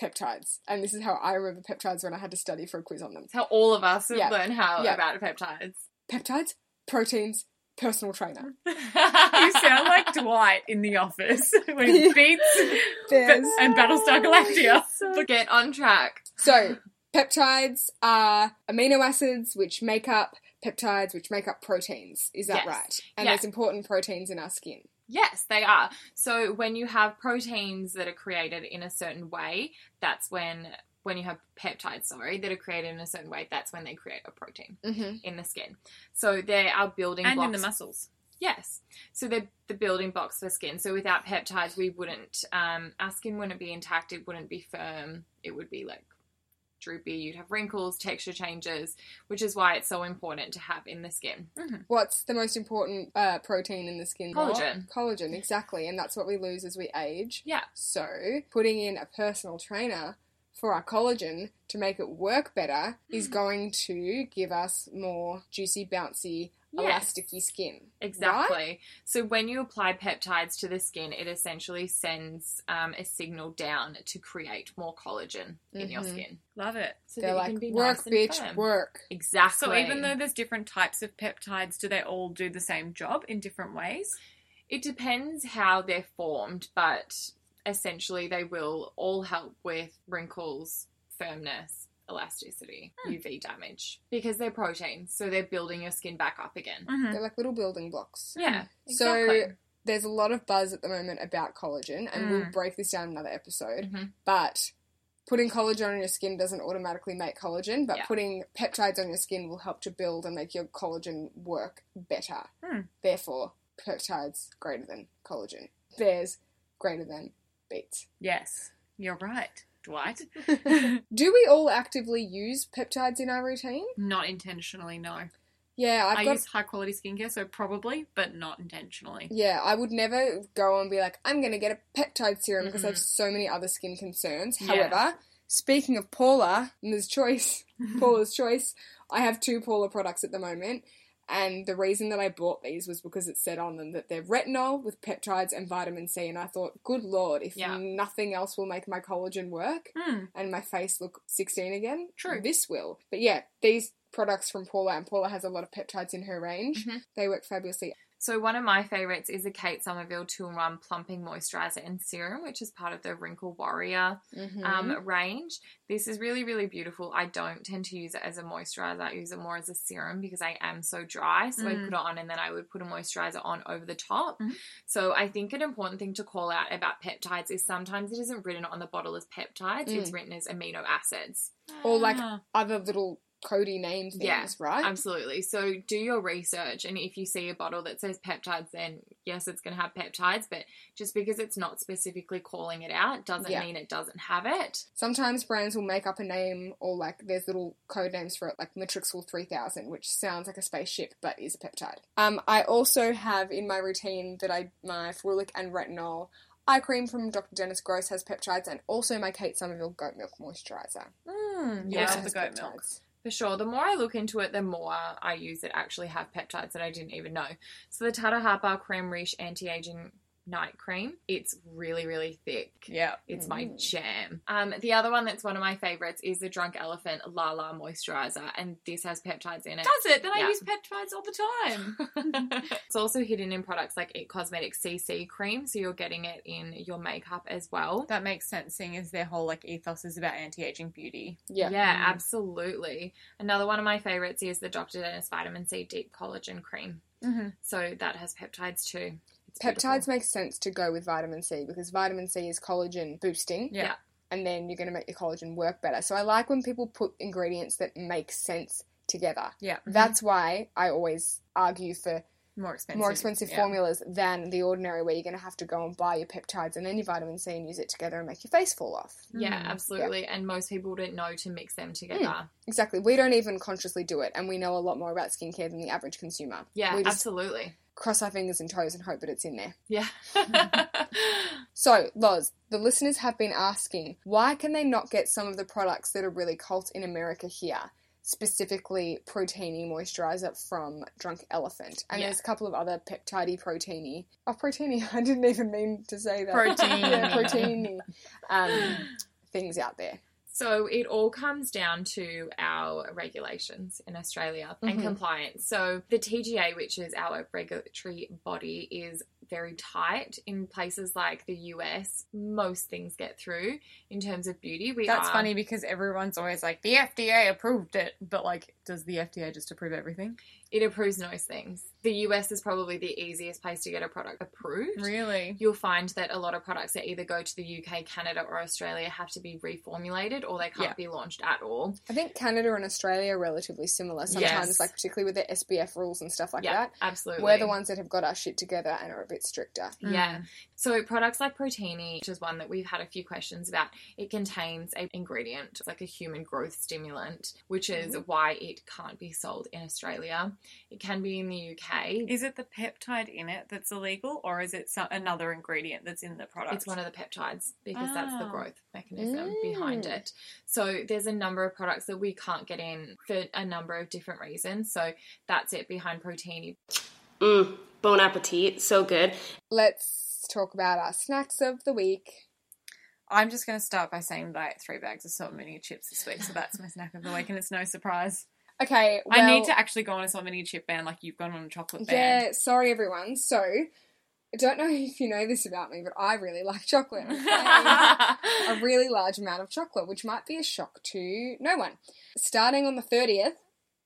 Speaker 2: peptides, and this is how I remember peptides when I had to study for a quiz on them.
Speaker 3: It's how all of us have
Speaker 2: Yeah.
Speaker 3: learned how
Speaker 2: Yeah.
Speaker 3: about peptides
Speaker 2: Peptides, proteins, personal trainer.
Speaker 1: You sound like Dwight in The Office when he beats
Speaker 2: There's
Speaker 1: and Battlestar Galactica.
Speaker 3: get on track
Speaker 2: So, peptides are amino acids which make up peptides, which make up proteins. Is that
Speaker 3: Yes.
Speaker 2: right? And
Speaker 3: Yeah.
Speaker 2: there's important proteins in our skin.
Speaker 3: Yes, they are. So when you have proteins that are created in a certain way, that's when when you have peptides, sorry, that are created in a certain way, that's when they create a protein in the skin. So they are building
Speaker 1: And
Speaker 3: blocks.
Speaker 1: in the muscles.
Speaker 3: Yes. So they're the building blocks for skin. So without peptides, we wouldn't um, our skin wouldn't be intact. It wouldn't be firm. It would be like droopy. You'd have wrinkles, texture changes, which is why it's so important to have in the skin.
Speaker 2: What's the most important uh, protein in the skin? Laura?
Speaker 3: Collagen.
Speaker 2: Collagen, exactly. And that's what we lose as we age.
Speaker 3: Yeah.
Speaker 2: So, putting in a personal trainer for our collagen
Speaker 3: Mm.
Speaker 2: to make it work better is going to give us more juicy, bouncy,
Speaker 3: Yes.
Speaker 2: elasticy skin.
Speaker 3: Exactly. So when you apply peptides to the skin, it essentially sends um, a signal down to create more collagen in your skin.
Speaker 1: Love it.
Speaker 3: Mm-hmm. So
Speaker 2: They're
Speaker 3: that
Speaker 2: like,
Speaker 3: you can be
Speaker 2: work,
Speaker 3: nice and
Speaker 2: bitch,
Speaker 3: firm."
Speaker 2: work.
Speaker 3: Exactly.
Speaker 1: So even though there's different types of peptides, do they all do the same job in different ways?
Speaker 3: It depends how they're formed, but essentially they will all help with wrinkles, firmness, elasticity, UV damage because they're proteins, so they're building your skin back up again.
Speaker 1: Mm-hmm.
Speaker 2: They're like little building blocks.
Speaker 3: Yeah,
Speaker 2: So there's a lot of buzz at the moment about collagen, and we'll
Speaker 1: Mm.
Speaker 2: break this down in another episode.
Speaker 1: Mm-hmm.
Speaker 2: But putting collagen on your skin doesn't automatically make collagen, but
Speaker 3: Yeah.
Speaker 2: putting peptides on your skin will help to build and make your collagen work better.
Speaker 1: Hmm.
Speaker 2: Therefore, peptides greater than collagen. There's greater than beats.
Speaker 1: Yes, you're right, Dwight.
Speaker 2: Do we all actively use peptides in our routine?
Speaker 1: not intentionally, no.
Speaker 2: Yeah, I've
Speaker 1: i
Speaker 2: got
Speaker 1: use high quality skincare, so probably, but not intentionally.
Speaker 2: Yeah, I would never go and be like, I'm going to get a peptide serum because I have so many other skin concerns.
Speaker 1: Mm-hmm. Yeah.
Speaker 2: However, speaking of Paula and his choice,
Speaker 1: Hmm.
Speaker 2: Paula's choice, I have two Paula products at the moment. And the reason that I bought these was because it said on them that they're retinol with peptides and vitamin C. And I thought, good lord, if
Speaker 1: Yeah.
Speaker 2: nothing else will make my collagen work
Speaker 1: Mm,
Speaker 2: and my face look 16 again,
Speaker 1: True.
Speaker 2: this will. But yeah, these products from Paula, and Paula has a lot of peptides in her range,
Speaker 1: Mm-hmm.
Speaker 2: they work fabulously.
Speaker 3: So one of my favorites is the Kate Somerville two-in-one plumping moisturizer and serum, which is part of the Wrinkle Warrior
Speaker 1: Mm-hmm.
Speaker 2: Mm-hmm.
Speaker 3: um, range. This is really, really beautiful. I don't tend to use it as a moisturizer; I use it more as a serum because I am so dry. So
Speaker 2: Mm.
Speaker 3: I put it on, and then I would put a moisturizer on over the top.
Speaker 2: Mm-hmm.
Speaker 3: So I think an important thing to call out about peptides is sometimes it isn't written on the bottle as peptides; it's written as amino acids.
Speaker 2: Mm. or like
Speaker 1: Ah.
Speaker 2: other little Cody name things,
Speaker 3: Yeah,
Speaker 2: right?
Speaker 3: Absolutely. So do your research, and if you see a bottle that says peptides, then yes, it's going to have peptides. But just because it's not specifically calling it out doesn't
Speaker 2: Yeah.
Speaker 3: mean it doesn't have it.
Speaker 2: Sometimes brands will make up a name or like there's little code names for it, like Matrixol 3000, which sounds like a spaceship but is a peptide. Um, I also have in my routine that I my ferulic and retinol eye cream from Dr. Dennis Gross has peptides, and also my Kate Somerville goat milk moisturizer.
Speaker 1: Mm, Yeah,
Speaker 2: also
Speaker 1: the
Speaker 2: has
Speaker 1: goat milk.
Speaker 3: For sure. The more I look into it, the more I use that actually have peptides that I didn't even know. So the Tata Harper Creme Riche Anti Aging Night Cream, it's really, really thick.
Speaker 1: Yeah.
Speaker 3: It's my jam. Um, the other one that's one of my favorites is the Drunk Elephant La La Moisturizer, and this has peptides in it.
Speaker 1: Does it? Then
Speaker 3: Yeah.
Speaker 1: I use peptides all the time.
Speaker 3: It's also hidden in products like It Cosmetics CC cream, so you're getting it in your makeup as well.
Speaker 1: that makes sense, seeing as their whole like ethos is about anti aging beauty.
Speaker 2: Yeah.
Speaker 3: Yeah, absolutely. Another one of my favorites is the Dr. Dennis Vitamin C Deep Collagen Cream.
Speaker 1: Mm-hmm.
Speaker 3: So that has peptides too. It's
Speaker 2: Peptides
Speaker 3: beautiful.
Speaker 2: make sense to go with vitamin C because vitamin C is collagen boosting.
Speaker 1: Yeah.
Speaker 3: Yeah.
Speaker 2: and then you're going to make your collagen work better. So I like when people put ingredients that make sense together.
Speaker 1: Yeah.
Speaker 2: That's why I always argue for
Speaker 1: Mm-hmm. More expensive.
Speaker 2: more expensive
Speaker 1: yeah.
Speaker 2: formulas than the ordinary where you're going to have to go and buy your peptides and then your vitamin C and use it together and make your face fall off.
Speaker 3: Yeah, absolutely. And most people didn't know to mix them together.
Speaker 2: Exactly. We don't even consciously do it and we know a lot more about skincare than the average consumer.
Speaker 3: Yeah,
Speaker 2: We just
Speaker 3: absolutely.
Speaker 2: cross our fingers and toes and hope that it's in there.
Speaker 3: Yeah.
Speaker 2: So, Loz, the listeners have been asking why can they not get some of the products that are really cult in America here, specifically proteiny moisturizer from Drunk Elephant, and
Speaker 3: Yeah.
Speaker 2: there's a couple of other peptidey proteiny. Oh, proteiny! I didn't even mean to say that.
Speaker 1: Protein.
Speaker 2: yeah, proteiny um, things out there.
Speaker 3: So it all comes down to our regulations in Australia and
Speaker 2: Mm-hmm.
Speaker 3: compliance. So the TGA, which is our regulatory body, is very tight in places like the US. Most things get through in terms of beauty. We
Speaker 1: That's
Speaker 3: are-
Speaker 1: funny because everyone's always like, the FDA approved it, but like, does the FDA just approve everything?
Speaker 3: It approves those things. The US is probably the easiest place to get a product approved.
Speaker 1: Really?
Speaker 3: You'll find that a lot of products that either go to the UK, Canada, or Australia have to be reformulated or they can't
Speaker 1: Yeah.
Speaker 3: be launched at all.
Speaker 2: I think Canada and Australia are relatively similar sometimes,
Speaker 3: Yes.
Speaker 2: like particularly with the SBF rules and stuff like
Speaker 3: Yeah,
Speaker 2: that.
Speaker 3: absolutely.
Speaker 2: We're the ones that have got our shit together and are a bit stricter.
Speaker 3: Yeah.
Speaker 1: Mm.
Speaker 3: So products like Proteini, which is one that we've had a few questions about, it contains a
Speaker 1: Mm-hmm.
Speaker 3: ingredient like a human growth stimulant, which is why it can't be sold in Australia. It can be in the UK.
Speaker 1: Is it the peptide in it that's illegal, or is it some, another ingredient that's in the product?
Speaker 3: It's one of the peptides because that's the
Speaker 1: Ah.
Speaker 3: growth mechanism behind it. So there's a number of products that we can't get in for a number of different reasons. So that's it behind Protein.
Speaker 9: Mm, bon appetit. So good.
Speaker 2: Let's talk about our snacks of the week.
Speaker 1: I'm just going to start by saying I ate three bags of salt mini chips this week, so that's my snack of the week, and it's no surprise.
Speaker 2: Okay,
Speaker 1: I
Speaker 2: well-
Speaker 1: need to actually go on a salt mini chip ban like you've gone on a chocolate ban.
Speaker 2: Yeah, sorry everyone. So, I don't know if you know this about me, but I really like chocolate. I eat a really large amount of chocolate, which might be a shock to no one. Starting on the 30th,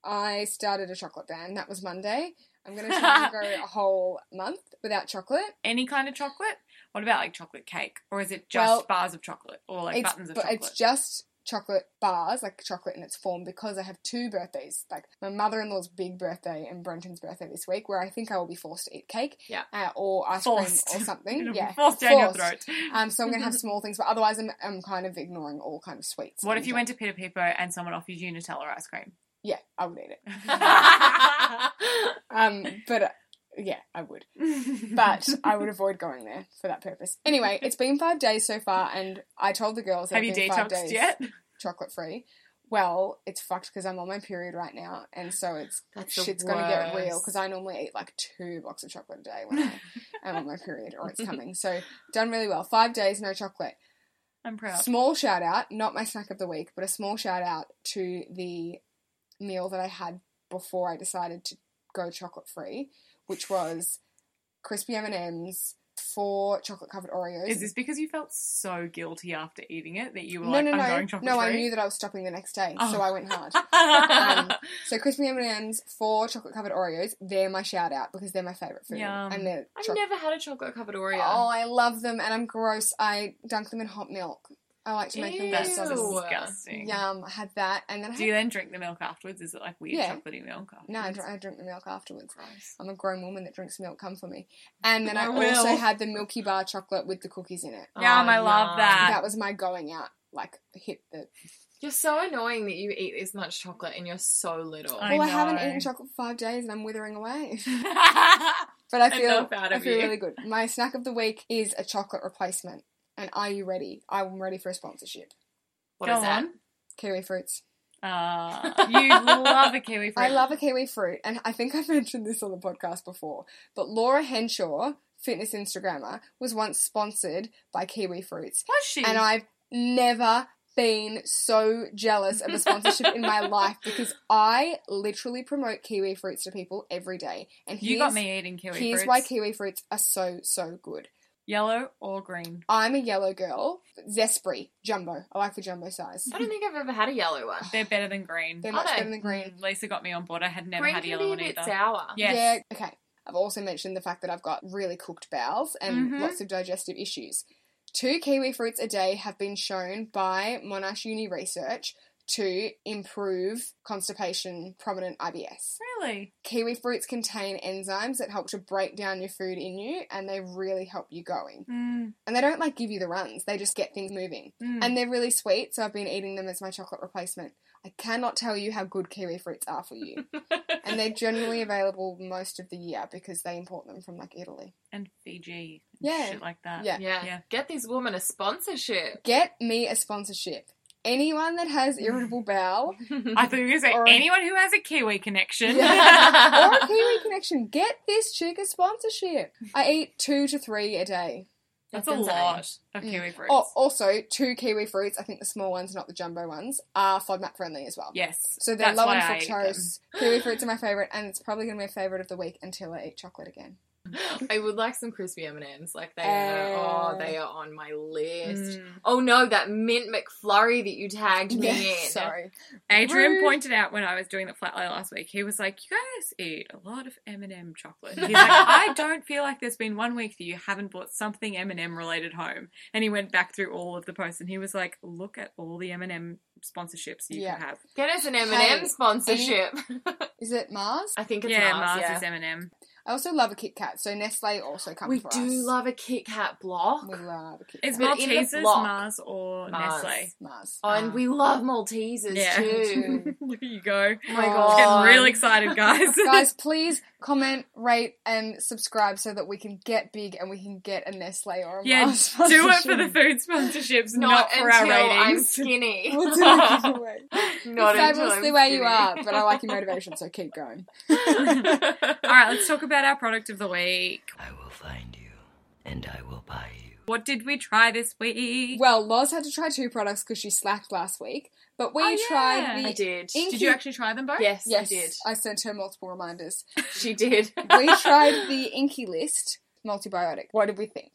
Speaker 2: I started a chocolate ban. That was Monday. I'm going to try and go a whole month without chocolate.
Speaker 1: Any kind of chocolate? What about like chocolate cake, or is it just
Speaker 2: Well,
Speaker 1: bars of chocolate or like
Speaker 2: it's,
Speaker 1: buttons of
Speaker 2: but
Speaker 1: chocolate?
Speaker 2: it's just chocolate bars, like chocolate in its form, because I have two birthdays. Like my mother in law's big birthday and Brenton's birthday this week, where I think I will be forced to eat cake
Speaker 3: Yeah.
Speaker 2: uh, or ice
Speaker 1: Forced.
Speaker 2: cream or something.
Speaker 1: It'll be
Speaker 2: yeah,
Speaker 1: forced down your throat.
Speaker 2: Um, so I'm going to have small things, but otherwise I'm, I'm kind of ignoring all kind of sweets.
Speaker 1: what if you went to Peter Pipo and someone offered you Nutella ice cream?
Speaker 2: Yeah, I would eat it. Um, but uh, yeah, I would. But I would avoid going there for that purpose. Anyway, it's been five days so far, and I told the girls. that
Speaker 1: Have you
Speaker 2: it's been five
Speaker 1: detoxed
Speaker 2: days.
Speaker 1: yet?
Speaker 2: chocolate free. Well, it's fucked because I'm on my period right now, and so it's
Speaker 3: That's the
Speaker 2: shit's gonna get
Speaker 3: worst.
Speaker 2: real because I normally eat like two blocks of chocolate a day when I am on my period or it's coming. So done really well. Five days no chocolate.
Speaker 1: I'm proud.
Speaker 2: Small shout out, not my snack of the week, but a small shout out to the meal that I had before I decided to go chocolate free, which was crispy M and M's, four chocolate covered Oreos.
Speaker 1: Is this because you felt so guilty after eating it that you were
Speaker 2: no,
Speaker 1: like,
Speaker 2: no,
Speaker 1: I'm
Speaker 2: no,
Speaker 1: going chocolate
Speaker 2: no! I
Speaker 1: free?
Speaker 2: knew that I was stopping the next day, so
Speaker 1: Oh.
Speaker 2: I went hard. Um, so crispy M&Ms, four chocolate covered Oreos. They're my shout out because they're my favorite food,
Speaker 1: Yum.
Speaker 2: and they're
Speaker 3: I've
Speaker 2: choc-
Speaker 3: never had a chocolate covered Oreo.
Speaker 2: oh, I love them, and I'm gross. I dunk them in hot milk. I like to make them
Speaker 1: That's
Speaker 2: based on
Speaker 3: Ew.
Speaker 1: disgusting.
Speaker 2: Yum, I had that, and then I
Speaker 1: Do
Speaker 2: had,
Speaker 1: you then drink the milk afterwards? Is it like weird
Speaker 2: Yeah.
Speaker 1: chocolatey milk afterwards?
Speaker 2: no, I drink, I drink the milk afterwards.
Speaker 1: Gross.
Speaker 2: I'm a grown woman that drinks milk. Come for me. And then I,
Speaker 3: I will.
Speaker 2: also had the Milky Bar chocolate with the cookies in it.
Speaker 3: Oh,
Speaker 1: Yum, I love
Speaker 3: yum.
Speaker 1: that.
Speaker 2: That was my going out. Like hit the.
Speaker 3: You're so annoying that you eat this much chocolate and you're so little.
Speaker 1: I
Speaker 2: Well, "Oh, I, haven't
Speaker 1: know.
Speaker 2: eaten chocolate for five days, and I'm withering away.
Speaker 1: I
Speaker 2: But I
Speaker 3: I'm
Speaker 2: feel
Speaker 3: not proud
Speaker 2: I
Speaker 3: of
Speaker 2: feel
Speaker 3: you.
Speaker 2: really good. My snack of the week is a chocolate replacement. And are you ready? I'm ready for a sponsorship.
Speaker 3: What
Speaker 1: Go
Speaker 3: is that?
Speaker 1: on.
Speaker 2: Kiwi fruits.
Speaker 1: Uh, you love a kiwi fruit.
Speaker 2: I love a kiwi fruit, and I think I mentioned this on the podcast before. But Laura Henshaw, fitness Instagrammer, was once sponsored by Kiwi Fruits,
Speaker 1: Was she?
Speaker 2: and I've never been so jealous of a sponsorship in my life because I literally promote kiwi fruits to people every day. And
Speaker 1: you
Speaker 2: here's-
Speaker 1: got me eating kiwi
Speaker 2: Here's
Speaker 1: fruits.
Speaker 2: why kiwi fruits are so so good.
Speaker 1: Yellow or green?
Speaker 2: I'm a yellow girl. Zespri, jumbo. I like the jumbo size.
Speaker 3: I don't think I've ever had a yellow one.
Speaker 1: They're better than green.
Speaker 2: They're
Speaker 3: Are
Speaker 2: much
Speaker 3: they?
Speaker 2: better than green.
Speaker 1: Mm, Lisa got me on board. I had never
Speaker 3: Green
Speaker 1: had a
Speaker 3: can
Speaker 1: yellow
Speaker 3: be
Speaker 1: one
Speaker 3: a bit
Speaker 1: either.
Speaker 3: sour.
Speaker 1: Yes.
Speaker 2: Yeah. Okay. I've also mentioned the fact that I've got really cooked bowels and lots of digestive issues. Two kiwi fruits a day have been shown by Monash Uni research to improve constipation prominent IBS.
Speaker 1: Really?
Speaker 2: Kiwi fruits contain enzymes that help to break down your food in you and they really help you going.
Speaker 1: Mm.
Speaker 2: And they don't like give you the runs, they just get things moving. And they're really sweet, so I've been eating them as my chocolate replacement. I cannot tell you how good kiwi fruits are for you. and they're generally available most of the year because they import them from like Italy.
Speaker 1: And Fiji. and
Speaker 2: Yeah.
Speaker 1: Shit like that.
Speaker 2: Yeah.
Speaker 3: Yeah.
Speaker 1: Yeah.
Speaker 3: Get this woman a sponsorship.
Speaker 2: Get me a sponsorship. Anyone that has irritable bowel
Speaker 1: I thought you were going to say
Speaker 2: Or-
Speaker 1: anyone who has a kiwi connection.
Speaker 2: or a kiwi connection, get this chick a sponsorship. I eat two to three a day.
Speaker 1: That's,
Speaker 3: That's
Speaker 1: a
Speaker 3: insane. Mm.
Speaker 1: lot of kiwi fruits.
Speaker 2: Oh, also, two kiwi fruits, I think the small ones, not the jumbo ones, are FODMAP friendly as
Speaker 3: oh.
Speaker 2: well.
Speaker 1: Yes.
Speaker 2: So they're
Speaker 1: That's
Speaker 2: low
Speaker 1: why
Speaker 2: in
Speaker 1: I eat them.
Speaker 2: fructose. Kiwi fruits are my favorite, and it's probably going to be a favorite of the week until I eat chocolate again.
Speaker 3: I would like some crispy M and M's. Like they
Speaker 2: Uh.
Speaker 3: are. Oh,
Speaker 1: Eh.
Speaker 3: they are on my
Speaker 1: Mm.
Speaker 3: list. Oh no, that mint McFlurry that you tagged me in.
Speaker 2: sorry.
Speaker 1: Adrian
Speaker 2: Rude.
Speaker 1: pointed out when I was doing the flat lay last week, he was like, "You guys eat a lot of M and M chocolate." He's like, "I don't feel like there's been one week that you haven't bought something M and M related home." And he went back through all of the posts, and he was like, "Look at all the M and M sponsorships you
Speaker 2: Yeah.
Speaker 1: could have."
Speaker 3: Get us an M and
Speaker 2: Hey,
Speaker 3: M sponsorship.
Speaker 2: Is it Mars?
Speaker 3: I think it's
Speaker 1: yeah,
Speaker 3: Mars.
Speaker 1: Mars
Speaker 3: yeah.
Speaker 1: is M and M.
Speaker 2: I also love a Kit Kat, so Nestle also come
Speaker 3: We
Speaker 2: for
Speaker 3: do
Speaker 2: us.
Speaker 3: love a Kit Kat block.
Speaker 2: We love a Kit Kat.
Speaker 1: It's
Speaker 3: But in the
Speaker 1: Maltesers,
Speaker 3: block-
Speaker 1: Mars, or
Speaker 3: Mars.
Speaker 1: Nestle.
Speaker 2: Mars.
Speaker 3: Oh, and we love Maltesers
Speaker 1: Yeah.
Speaker 3: too.
Speaker 1: Look at you go.
Speaker 3: oh my
Speaker 2: Oh.
Speaker 3: god.
Speaker 1: Getting really excited, guys.
Speaker 2: Guys, please comment, rate, and subscribe so that we can get big and we can get a Nestle or a
Speaker 1: yeah,
Speaker 2: Mars.
Speaker 1: do it for
Speaker 2: sponsorship.
Speaker 1: the food sponsorships, not,
Speaker 3: Not
Speaker 1: for our
Speaker 3: until I'm
Speaker 1: ratings.
Speaker 3: skinny.
Speaker 2: We'll do it
Speaker 1: Oh.
Speaker 2: anyway.
Speaker 3: Not
Speaker 2: You're
Speaker 3: until
Speaker 2: fabulously
Speaker 3: I'm
Speaker 2: where you
Speaker 3: skinny.
Speaker 2: are, but I like your motivation, so keep going.
Speaker 1: All right, let's talk about our product of the week.
Speaker 10: I will find you, and I will buy you.
Speaker 1: What did we try this week?
Speaker 2: Well, Loz had to try two products because she slacked last week, but we
Speaker 1: Oh, yeah.
Speaker 2: tried the.
Speaker 3: I did.
Speaker 2: Inky-
Speaker 1: did you actually try them both?
Speaker 3: Yes,
Speaker 2: Yes,
Speaker 3: I did.
Speaker 2: I sent her multiple reminders.
Speaker 3: She did.
Speaker 2: We tried the Inky List multibiotic. What did we think?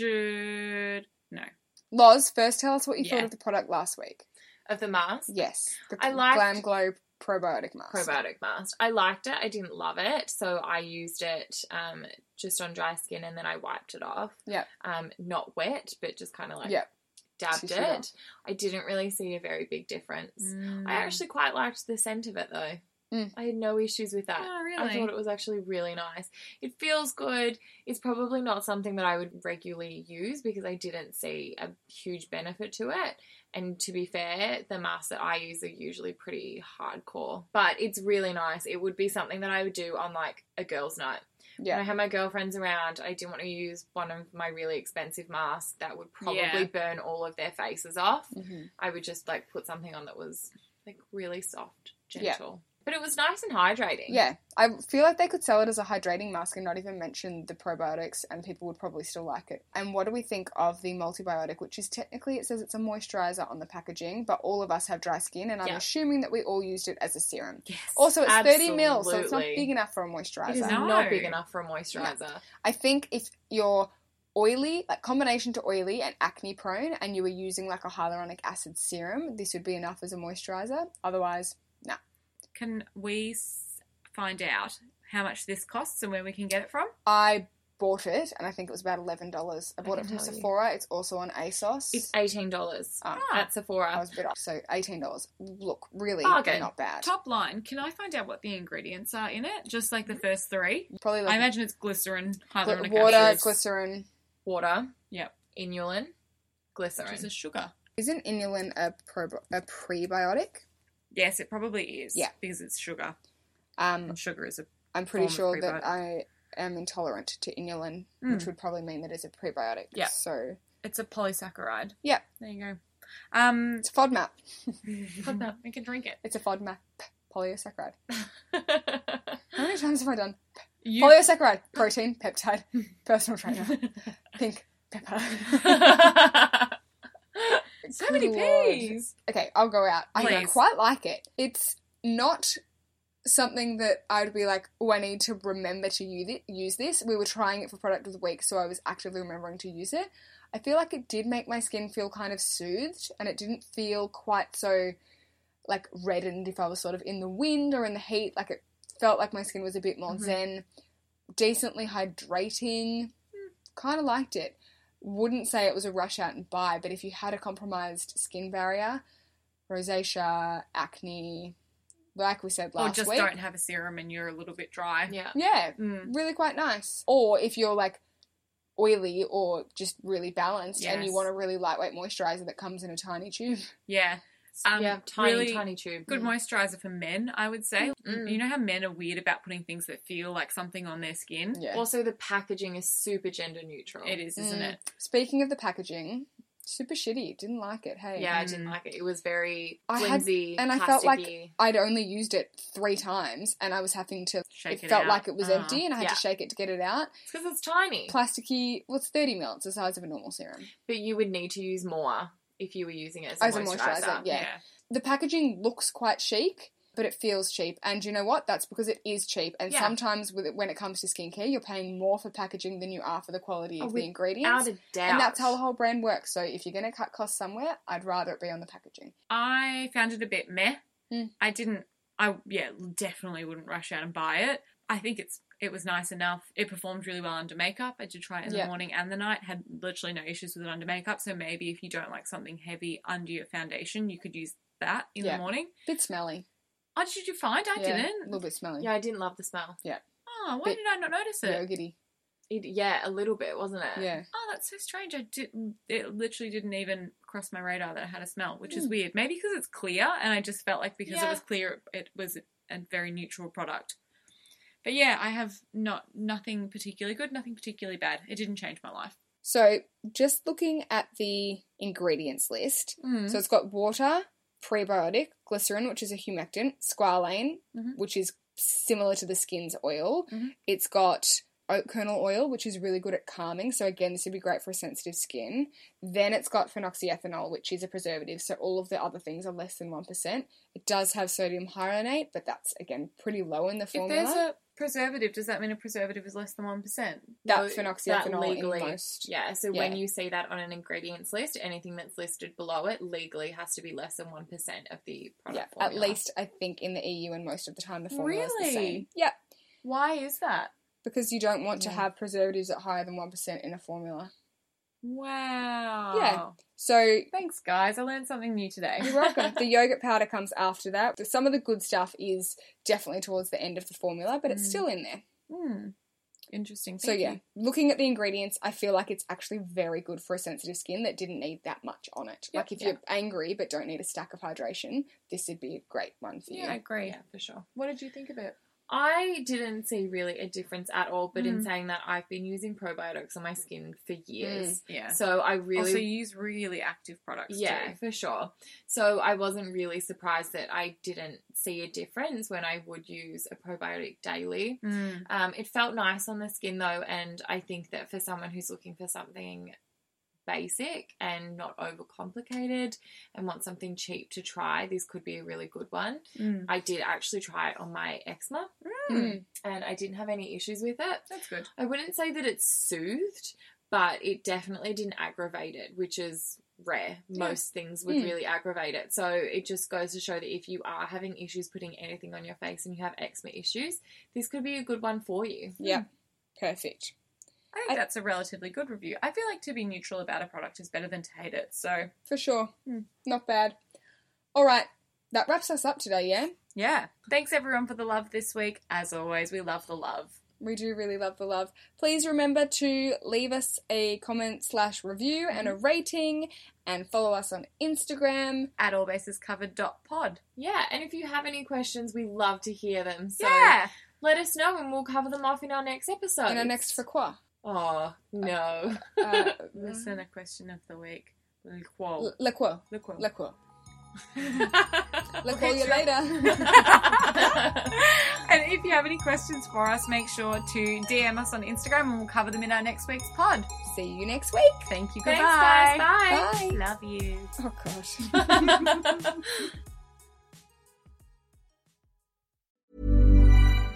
Speaker 1: Should no.
Speaker 2: Loz, first tell us what you
Speaker 1: Yeah.
Speaker 2: thought of the product last week.
Speaker 3: of the mask.
Speaker 2: Yes, the
Speaker 3: I liked-
Speaker 2: Glam Glow probiotic mask.
Speaker 3: Probiotic mask. I liked it. I didn't love it, so I used it um, just on dry skin, and then I wiped it off.
Speaker 2: Yep.
Speaker 3: Um, not wet, but just kind of like
Speaker 2: Yep.
Speaker 3: dabbed
Speaker 2: Tissue off.
Speaker 3: it. I didn't really see a very big difference.
Speaker 1: Mm,
Speaker 3: I actually quite liked the scent of it though.
Speaker 2: Mm.
Speaker 3: I had no issues with that.
Speaker 1: Oh,
Speaker 3: I
Speaker 1: really?
Speaker 3: thought it was actually really nice. It feels good. It's probably not something that I would regularly use because I didn't see a huge benefit to it. And to be fair, the masks that I use are usually pretty hardcore, but it's really nice. It would be something that I would do on like a girls' night. When I
Speaker 2: Yeah,
Speaker 3: had my girlfriends around, I didn't want to use one of my really expensive masks that would probably
Speaker 1: Yeah.
Speaker 3: burn all of their faces off.
Speaker 2: Mhm.
Speaker 3: I would just like put something on that was like really soft,
Speaker 2: Yeah.
Speaker 3: gentle. But it was nice and hydrating.
Speaker 2: yeah. I feel like they could sell it as a hydrating mask and not even mention the probiotics, and people would probably still like it. And what do we think of the multibiotic, which is technically it says it's a moisturizer on the packaging, but all of us have dry skin, and I'm
Speaker 3: Yeah.
Speaker 2: assuming that we all used it as a serum.
Speaker 1: Yes.
Speaker 2: Also, it's 30 mil, so it's not
Speaker 3: Absolutely.
Speaker 2: big enough for a
Speaker 3: It
Speaker 2: moisturizer.
Speaker 3: is
Speaker 1: No.
Speaker 3: not big enough for a moisturizer.
Speaker 2: I think if you're oily, like combination to oily and acne prone, and you were using like a hyaluronic acid serum, this would be enough as a moisturizer. Otherwise, nah.
Speaker 1: Can we s- find out how much this costs and where we can get it from?
Speaker 2: I bought it, and I think it was about eleven dollars. I bought
Speaker 3: can
Speaker 2: it from
Speaker 3: tell you.
Speaker 2: Sephora. It's also on ASOS.
Speaker 3: It's eighteen dollars
Speaker 2: Oh.
Speaker 3: at
Speaker 2: I
Speaker 3: Sephora.
Speaker 2: was a bit off, so eighteen dollars. Look, really,
Speaker 3: Bargain.
Speaker 2: not bad.
Speaker 1: Top line. Can I find out what the ingredients are in it? Just like the first three.
Speaker 2: Probably
Speaker 1: I
Speaker 2: like
Speaker 1: imagine it's glycerin, hyaluronic
Speaker 2: water,
Speaker 1: acid,
Speaker 2: glycerin.
Speaker 3: Water,
Speaker 1: Yep.
Speaker 3: inulin,
Speaker 1: which
Speaker 3: glycerin.
Speaker 1: is a sugar.
Speaker 2: Isn't inulin a, prob- a prebiotic?
Speaker 1: Yes, it probably is.
Speaker 2: Yeah.
Speaker 1: because it's sugar,
Speaker 2: Um,
Speaker 1: and sugar is a
Speaker 2: I'm pretty
Speaker 1: form
Speaker 2: sure
Speaker 1: of
Speaker 2: that
Speaker 1: prebiotic. Hmm.
Speaker 2: I am intolerant to inulin, which would probably mean that it's a prebiotic.
Speaker 1: Yeah.
Speaker 2: So
Speaker 1: it's a polysaccharide.
Speaker 2: Yeah.
Speaker 1: There you go. Um,
Speaker 2: it's a FODMAP.
Speaker 1: we can drink it.
Speaker 2: It's a FODMAP polysaccharide. How many times have I done
Speaker 1: You-
Speaker 2: polysaccharide? Protein, peptide, personal trainer, pink pepper.
Speaker 1: so many
Speaker 2: Good lord.
Speaker 1: peas.
Speaker 2: Okay, I'll go out. I don't
Speaker 1: Please.
Speaker 2: quite like it. It's not something that I'd be like, oh, I need to remember to u- thi- use this. We were trying it for product of the week, so I was actively remembering to use it. I feel like it did make my skin feel kind of soothed, and it didn't feel quite so like reddened if I was sort of in the wind or in the heat. Like it felt like my skin was a bit
Speaker 1: Mm-hmm.
Speaker 2: more zen, decently hydrating. Kind of liked it. Wouldn't say it was a rush out and buy, but if you had a compromised skin barrier, rosacea, acne, like we said
Speaker 1: Or
Speaker 2: last
Speaker 1: just
Speaker 2: week,
Speaker 1: don't have a serum and you're a little bit dry.
Speaker 3: yeah.
Speaker 2: yeah,
Speaker 1: Mm.
Speaker 2: really quite nice. Or if you're like oily or just really balanced and you
Speaker 1: Yes.
Speaker 2: want a really lightweight moisturizer that comes in a tiny tube.
Speaker 1: Yeah. Um,
Speaker 3: yeah. Tiny,
Speaker 1: really
Speaker 3: tiny tube.
Speaker 1: Good moisturizer for men, I would say.
Speaker 3: Mm.
Speaker 1: You know how men are weird about putting things that feel like something on their skin?
Speaker 2: Yeah.
Speaker 3: Also, the packaging is super gender neutral.
Speaker 1: It is, isn't
Speaker 2: Mm.
Speaker 1: it?
Speaker 2: Speaking of the packaging, super shitty. Didn't like it. Hey.
Speaker 3: Yeah, I didn't like it. It was very
Speaker 2: Mm. I had-
Speaker 3: flimsy,
Speaker 2: and I felt like
Speaker 3: plasticky.
Speaker 2: I'd only used it three times, and I was having to.
Speaker 1: Shake
Speaker 2: it
Speaker 1: it
Speaker 2: felt
Speaker 1: out.
Speaker 2: like it was
Speaker 1: Ah,
Speaker 2: empty, and I had
Speaker 3: yeah.
Speaker 2: to shake it to get it out.
Speaker 3: It's because it's tiny.
Speaker 2: Plasticky. Well, it's thirty mil. It's the size of a normal serum.
Speaker 3: but you would need to use more if you were using it as a
Speaker 2: As a
Speaker 3: moisturizer.
Speaker 2: moisturizer, yeah.
Speaker 1: Yeah.
Speaker 2: the packaging looks quite chic, but it feels cheap. And you know what? That's because it is cheap. And
Speaker 3: Yeah.
Speaker 2: sometimes with when it comes to skincare, you're paying more for packaging than you are for the quality
Speaker 1: Oh,
Speaker 2: of the ingredients.
Speaker 3: Out of doubt.
Speaker 2: And that's how the whole brand works. So if you're going to cut costs somewhere, I'd rather it be on the packaging.
Speaker 1: I found it a bit meh.
Speaker 2: Mm.
Speaker 1: I didn't. I yeah, definitely wouldn't rush out and buy it. I think it's it was nice enough. It performed really well under makeup. I did try it in
Speaker 2: Yeah.
Speaker 1: the morning and the night. Had literally no issues with it under makeup. So maybe if you don't like something heavy under your foundation, you could use that in the
Speaker 2: Yeah.
Speaker 1: morning.
Speaker 2: Bit smelly.
Speaker 1: Oh, did you find? I
Speaker 2: Yeah, A
Speaker 1: didn't.
Speaker 2: little bit smelly.
Speaker 3: Yeah, I didn't love the smell.
Speaker 1: Oh, why
Speaker 2: Bit
Speaker 1: did I not notice it?
Speaker 2: yogurty.
Speaker 3: It, yeah, a little bit, wasn't it?
Speaker 2: Yeah.
Speaker 1: Oh, that's so strange. I did, it literally didn't even cross my radar that it had a smell, which is weird. Maybe because it's clear, and I just felt like because it
Speaker 3: Yeah.
Speaker 1: was clear, it was a very neutral product. But yeah, I have not nothing particularly good, nothing particularly bad. It didn't change my life.
Speaker 2: So, just looking at the ingredients list,
Speaker 1: Mm.
Speaker 2: so it's got water, prebiotic, glycerin, which is a humectant, squalane,
Speaker 1: Mhm.
Speaker 2: which is similar to the skin's oil.
Speaker 1: Mm-hmm.
Speaker 2: It's got oat kernel oil, which is really good at calming. So, again, this would be great for a sensitive skin. Then it's got phenoxyethanol, which is a preservative. So, all of the other things are less than 1%. It does have sodium hyaluronate, but that's, again, pretty low in the formula.
Speaker 1: If there's a preservative, does that mean a preservative is less than one percent?
Speaker 2: that
Speaker 3: Well,
Speaker 2: phenoxyethanol
Speaker 3: Oh, that legally,
Speaker 2: in most.
Speaker 3: Yeah, so when
Speaker 2: Yeah.
Speaker 3: you see that on an ingredients list, anything that's listed below it legally has to be less than 1% of the
Speaker 2: Yeah, at
Speaker 3: product formula.
Speaker 2: least I think in the EU and most of the time the formula is the same.
Speaker 1: Really?
Speaker 2: Yeah,
Speaker 1: Why is that?
Speaker 2: because you don't want to have preservatives at higher than one percent in a formula.
Speaker 1: Wow.
Speaker 2: So
Speaker 1: Thanks, guys. I learned something new today.
Speaker 2: you're welcome. the yogurt powder comes after that. The- Some of the good stuff is definitely towards the end of the formula, but it's still in there.
Speaker 1: Hmm. Interesting.
Speaker 2: So
Speaker 1: Mm. Thank
Speaker 2: yeah,
Speaker 1: you.
Speaker 2: looking at the ingredients, I feel like it's actually very good for a sensitive skin that didn't need that much on it.
Speaker 1: Yep,
Speaker 2: like if you're angry but don't need a stack of hydration, this would be a great one for
Speaker 1: Yeah, I
Speaker 2: you.
Speaker 1: agree.
Speaker 3: Yeah, for sure.
Speaker 1: What did you think of it?
Speaker 3: I didn't see really a difference at all, but
Speaker 2: Mm.
Speaker 3: in saying that, I've been using probiotics on my skin for
Speaker 2: Mm.
Speaker 3: years.
Speaker 1: Yeah.
Speaker 3: So I really
Speaker 1: Also, you use really active products.
Speaker 3: Yeah,
Speaker 1: too.
Speaker 3: for sure. So I wasn't really surprised that I didn't see a difference when I would use a probiotic daily.
Speaker 1: Hmm.
Speaker 3: Um, it felt nice on the skin though, and I think that for someone who's looking for something basic and not overcomplicated and wants something cheap to try, this could be a really good one.
Speaker 1: Hmm.
Speaker 3: I did actually try it on my eczema,
Speaker 2: Hmm.
Speaker 3: and I didn't have any issues with it.
Speaker 1: that's good.
Speaker 3: I wouldn't say that it soothed, but it definitely didn't aggravate it, which is rare. Most things
Speaker 2: Hmm.
Speaker 3: would really aggravate it. So it just goes to show that if you are having issues putting anything on your face and you have eczema issues, this could be a good one for you.
Speaker 2: Yeah, perfect.
Speaker 1: I think that's a relatively good review. I feel like to be neutral about a product is better than to hate it. So
Speaker 2: For sure. Hmm. Not bad. All right. That wraps us up today, yeah?
Speaker 1: yeah, thanks everyone for the love this week. As always, we love the love.
Speaker 2: We do really love the love. Please remember to leave us a comment slash review and a rating and follow us on Instagram.
Speaker 1: At all bases covered dot pod.
Speaker 3: Yeah, and if you have any questions, we love to hear them. So
Speaker 1: Yeah.
Speaker 3: let us know and we'll cover them off in our next episode.
Speaker 2: In our next Frequois.
Speaker 3: Oh, no.
Speaker 2: Uh,
Speaker 1: Listen, a question of the week. Qual.
Speaker 2: Le quoi?
Speaker 1: Le qual.
Speaker 2: Le quoi? Le call you later.
Speaker 1: and if you have any questions for us, make sure to DM us on Instagram and we'll cover them in our next week's pod.
Speaker 2: See you next week.
Speaker 1: Thank you.
Speaker 3: Thanks,
Speaker 1: goodbye.
Speaker 3: guys. Bye.
Speaker 2: Bye.
Speaker 1: Love you.
Speaker 2: Oh, gosh.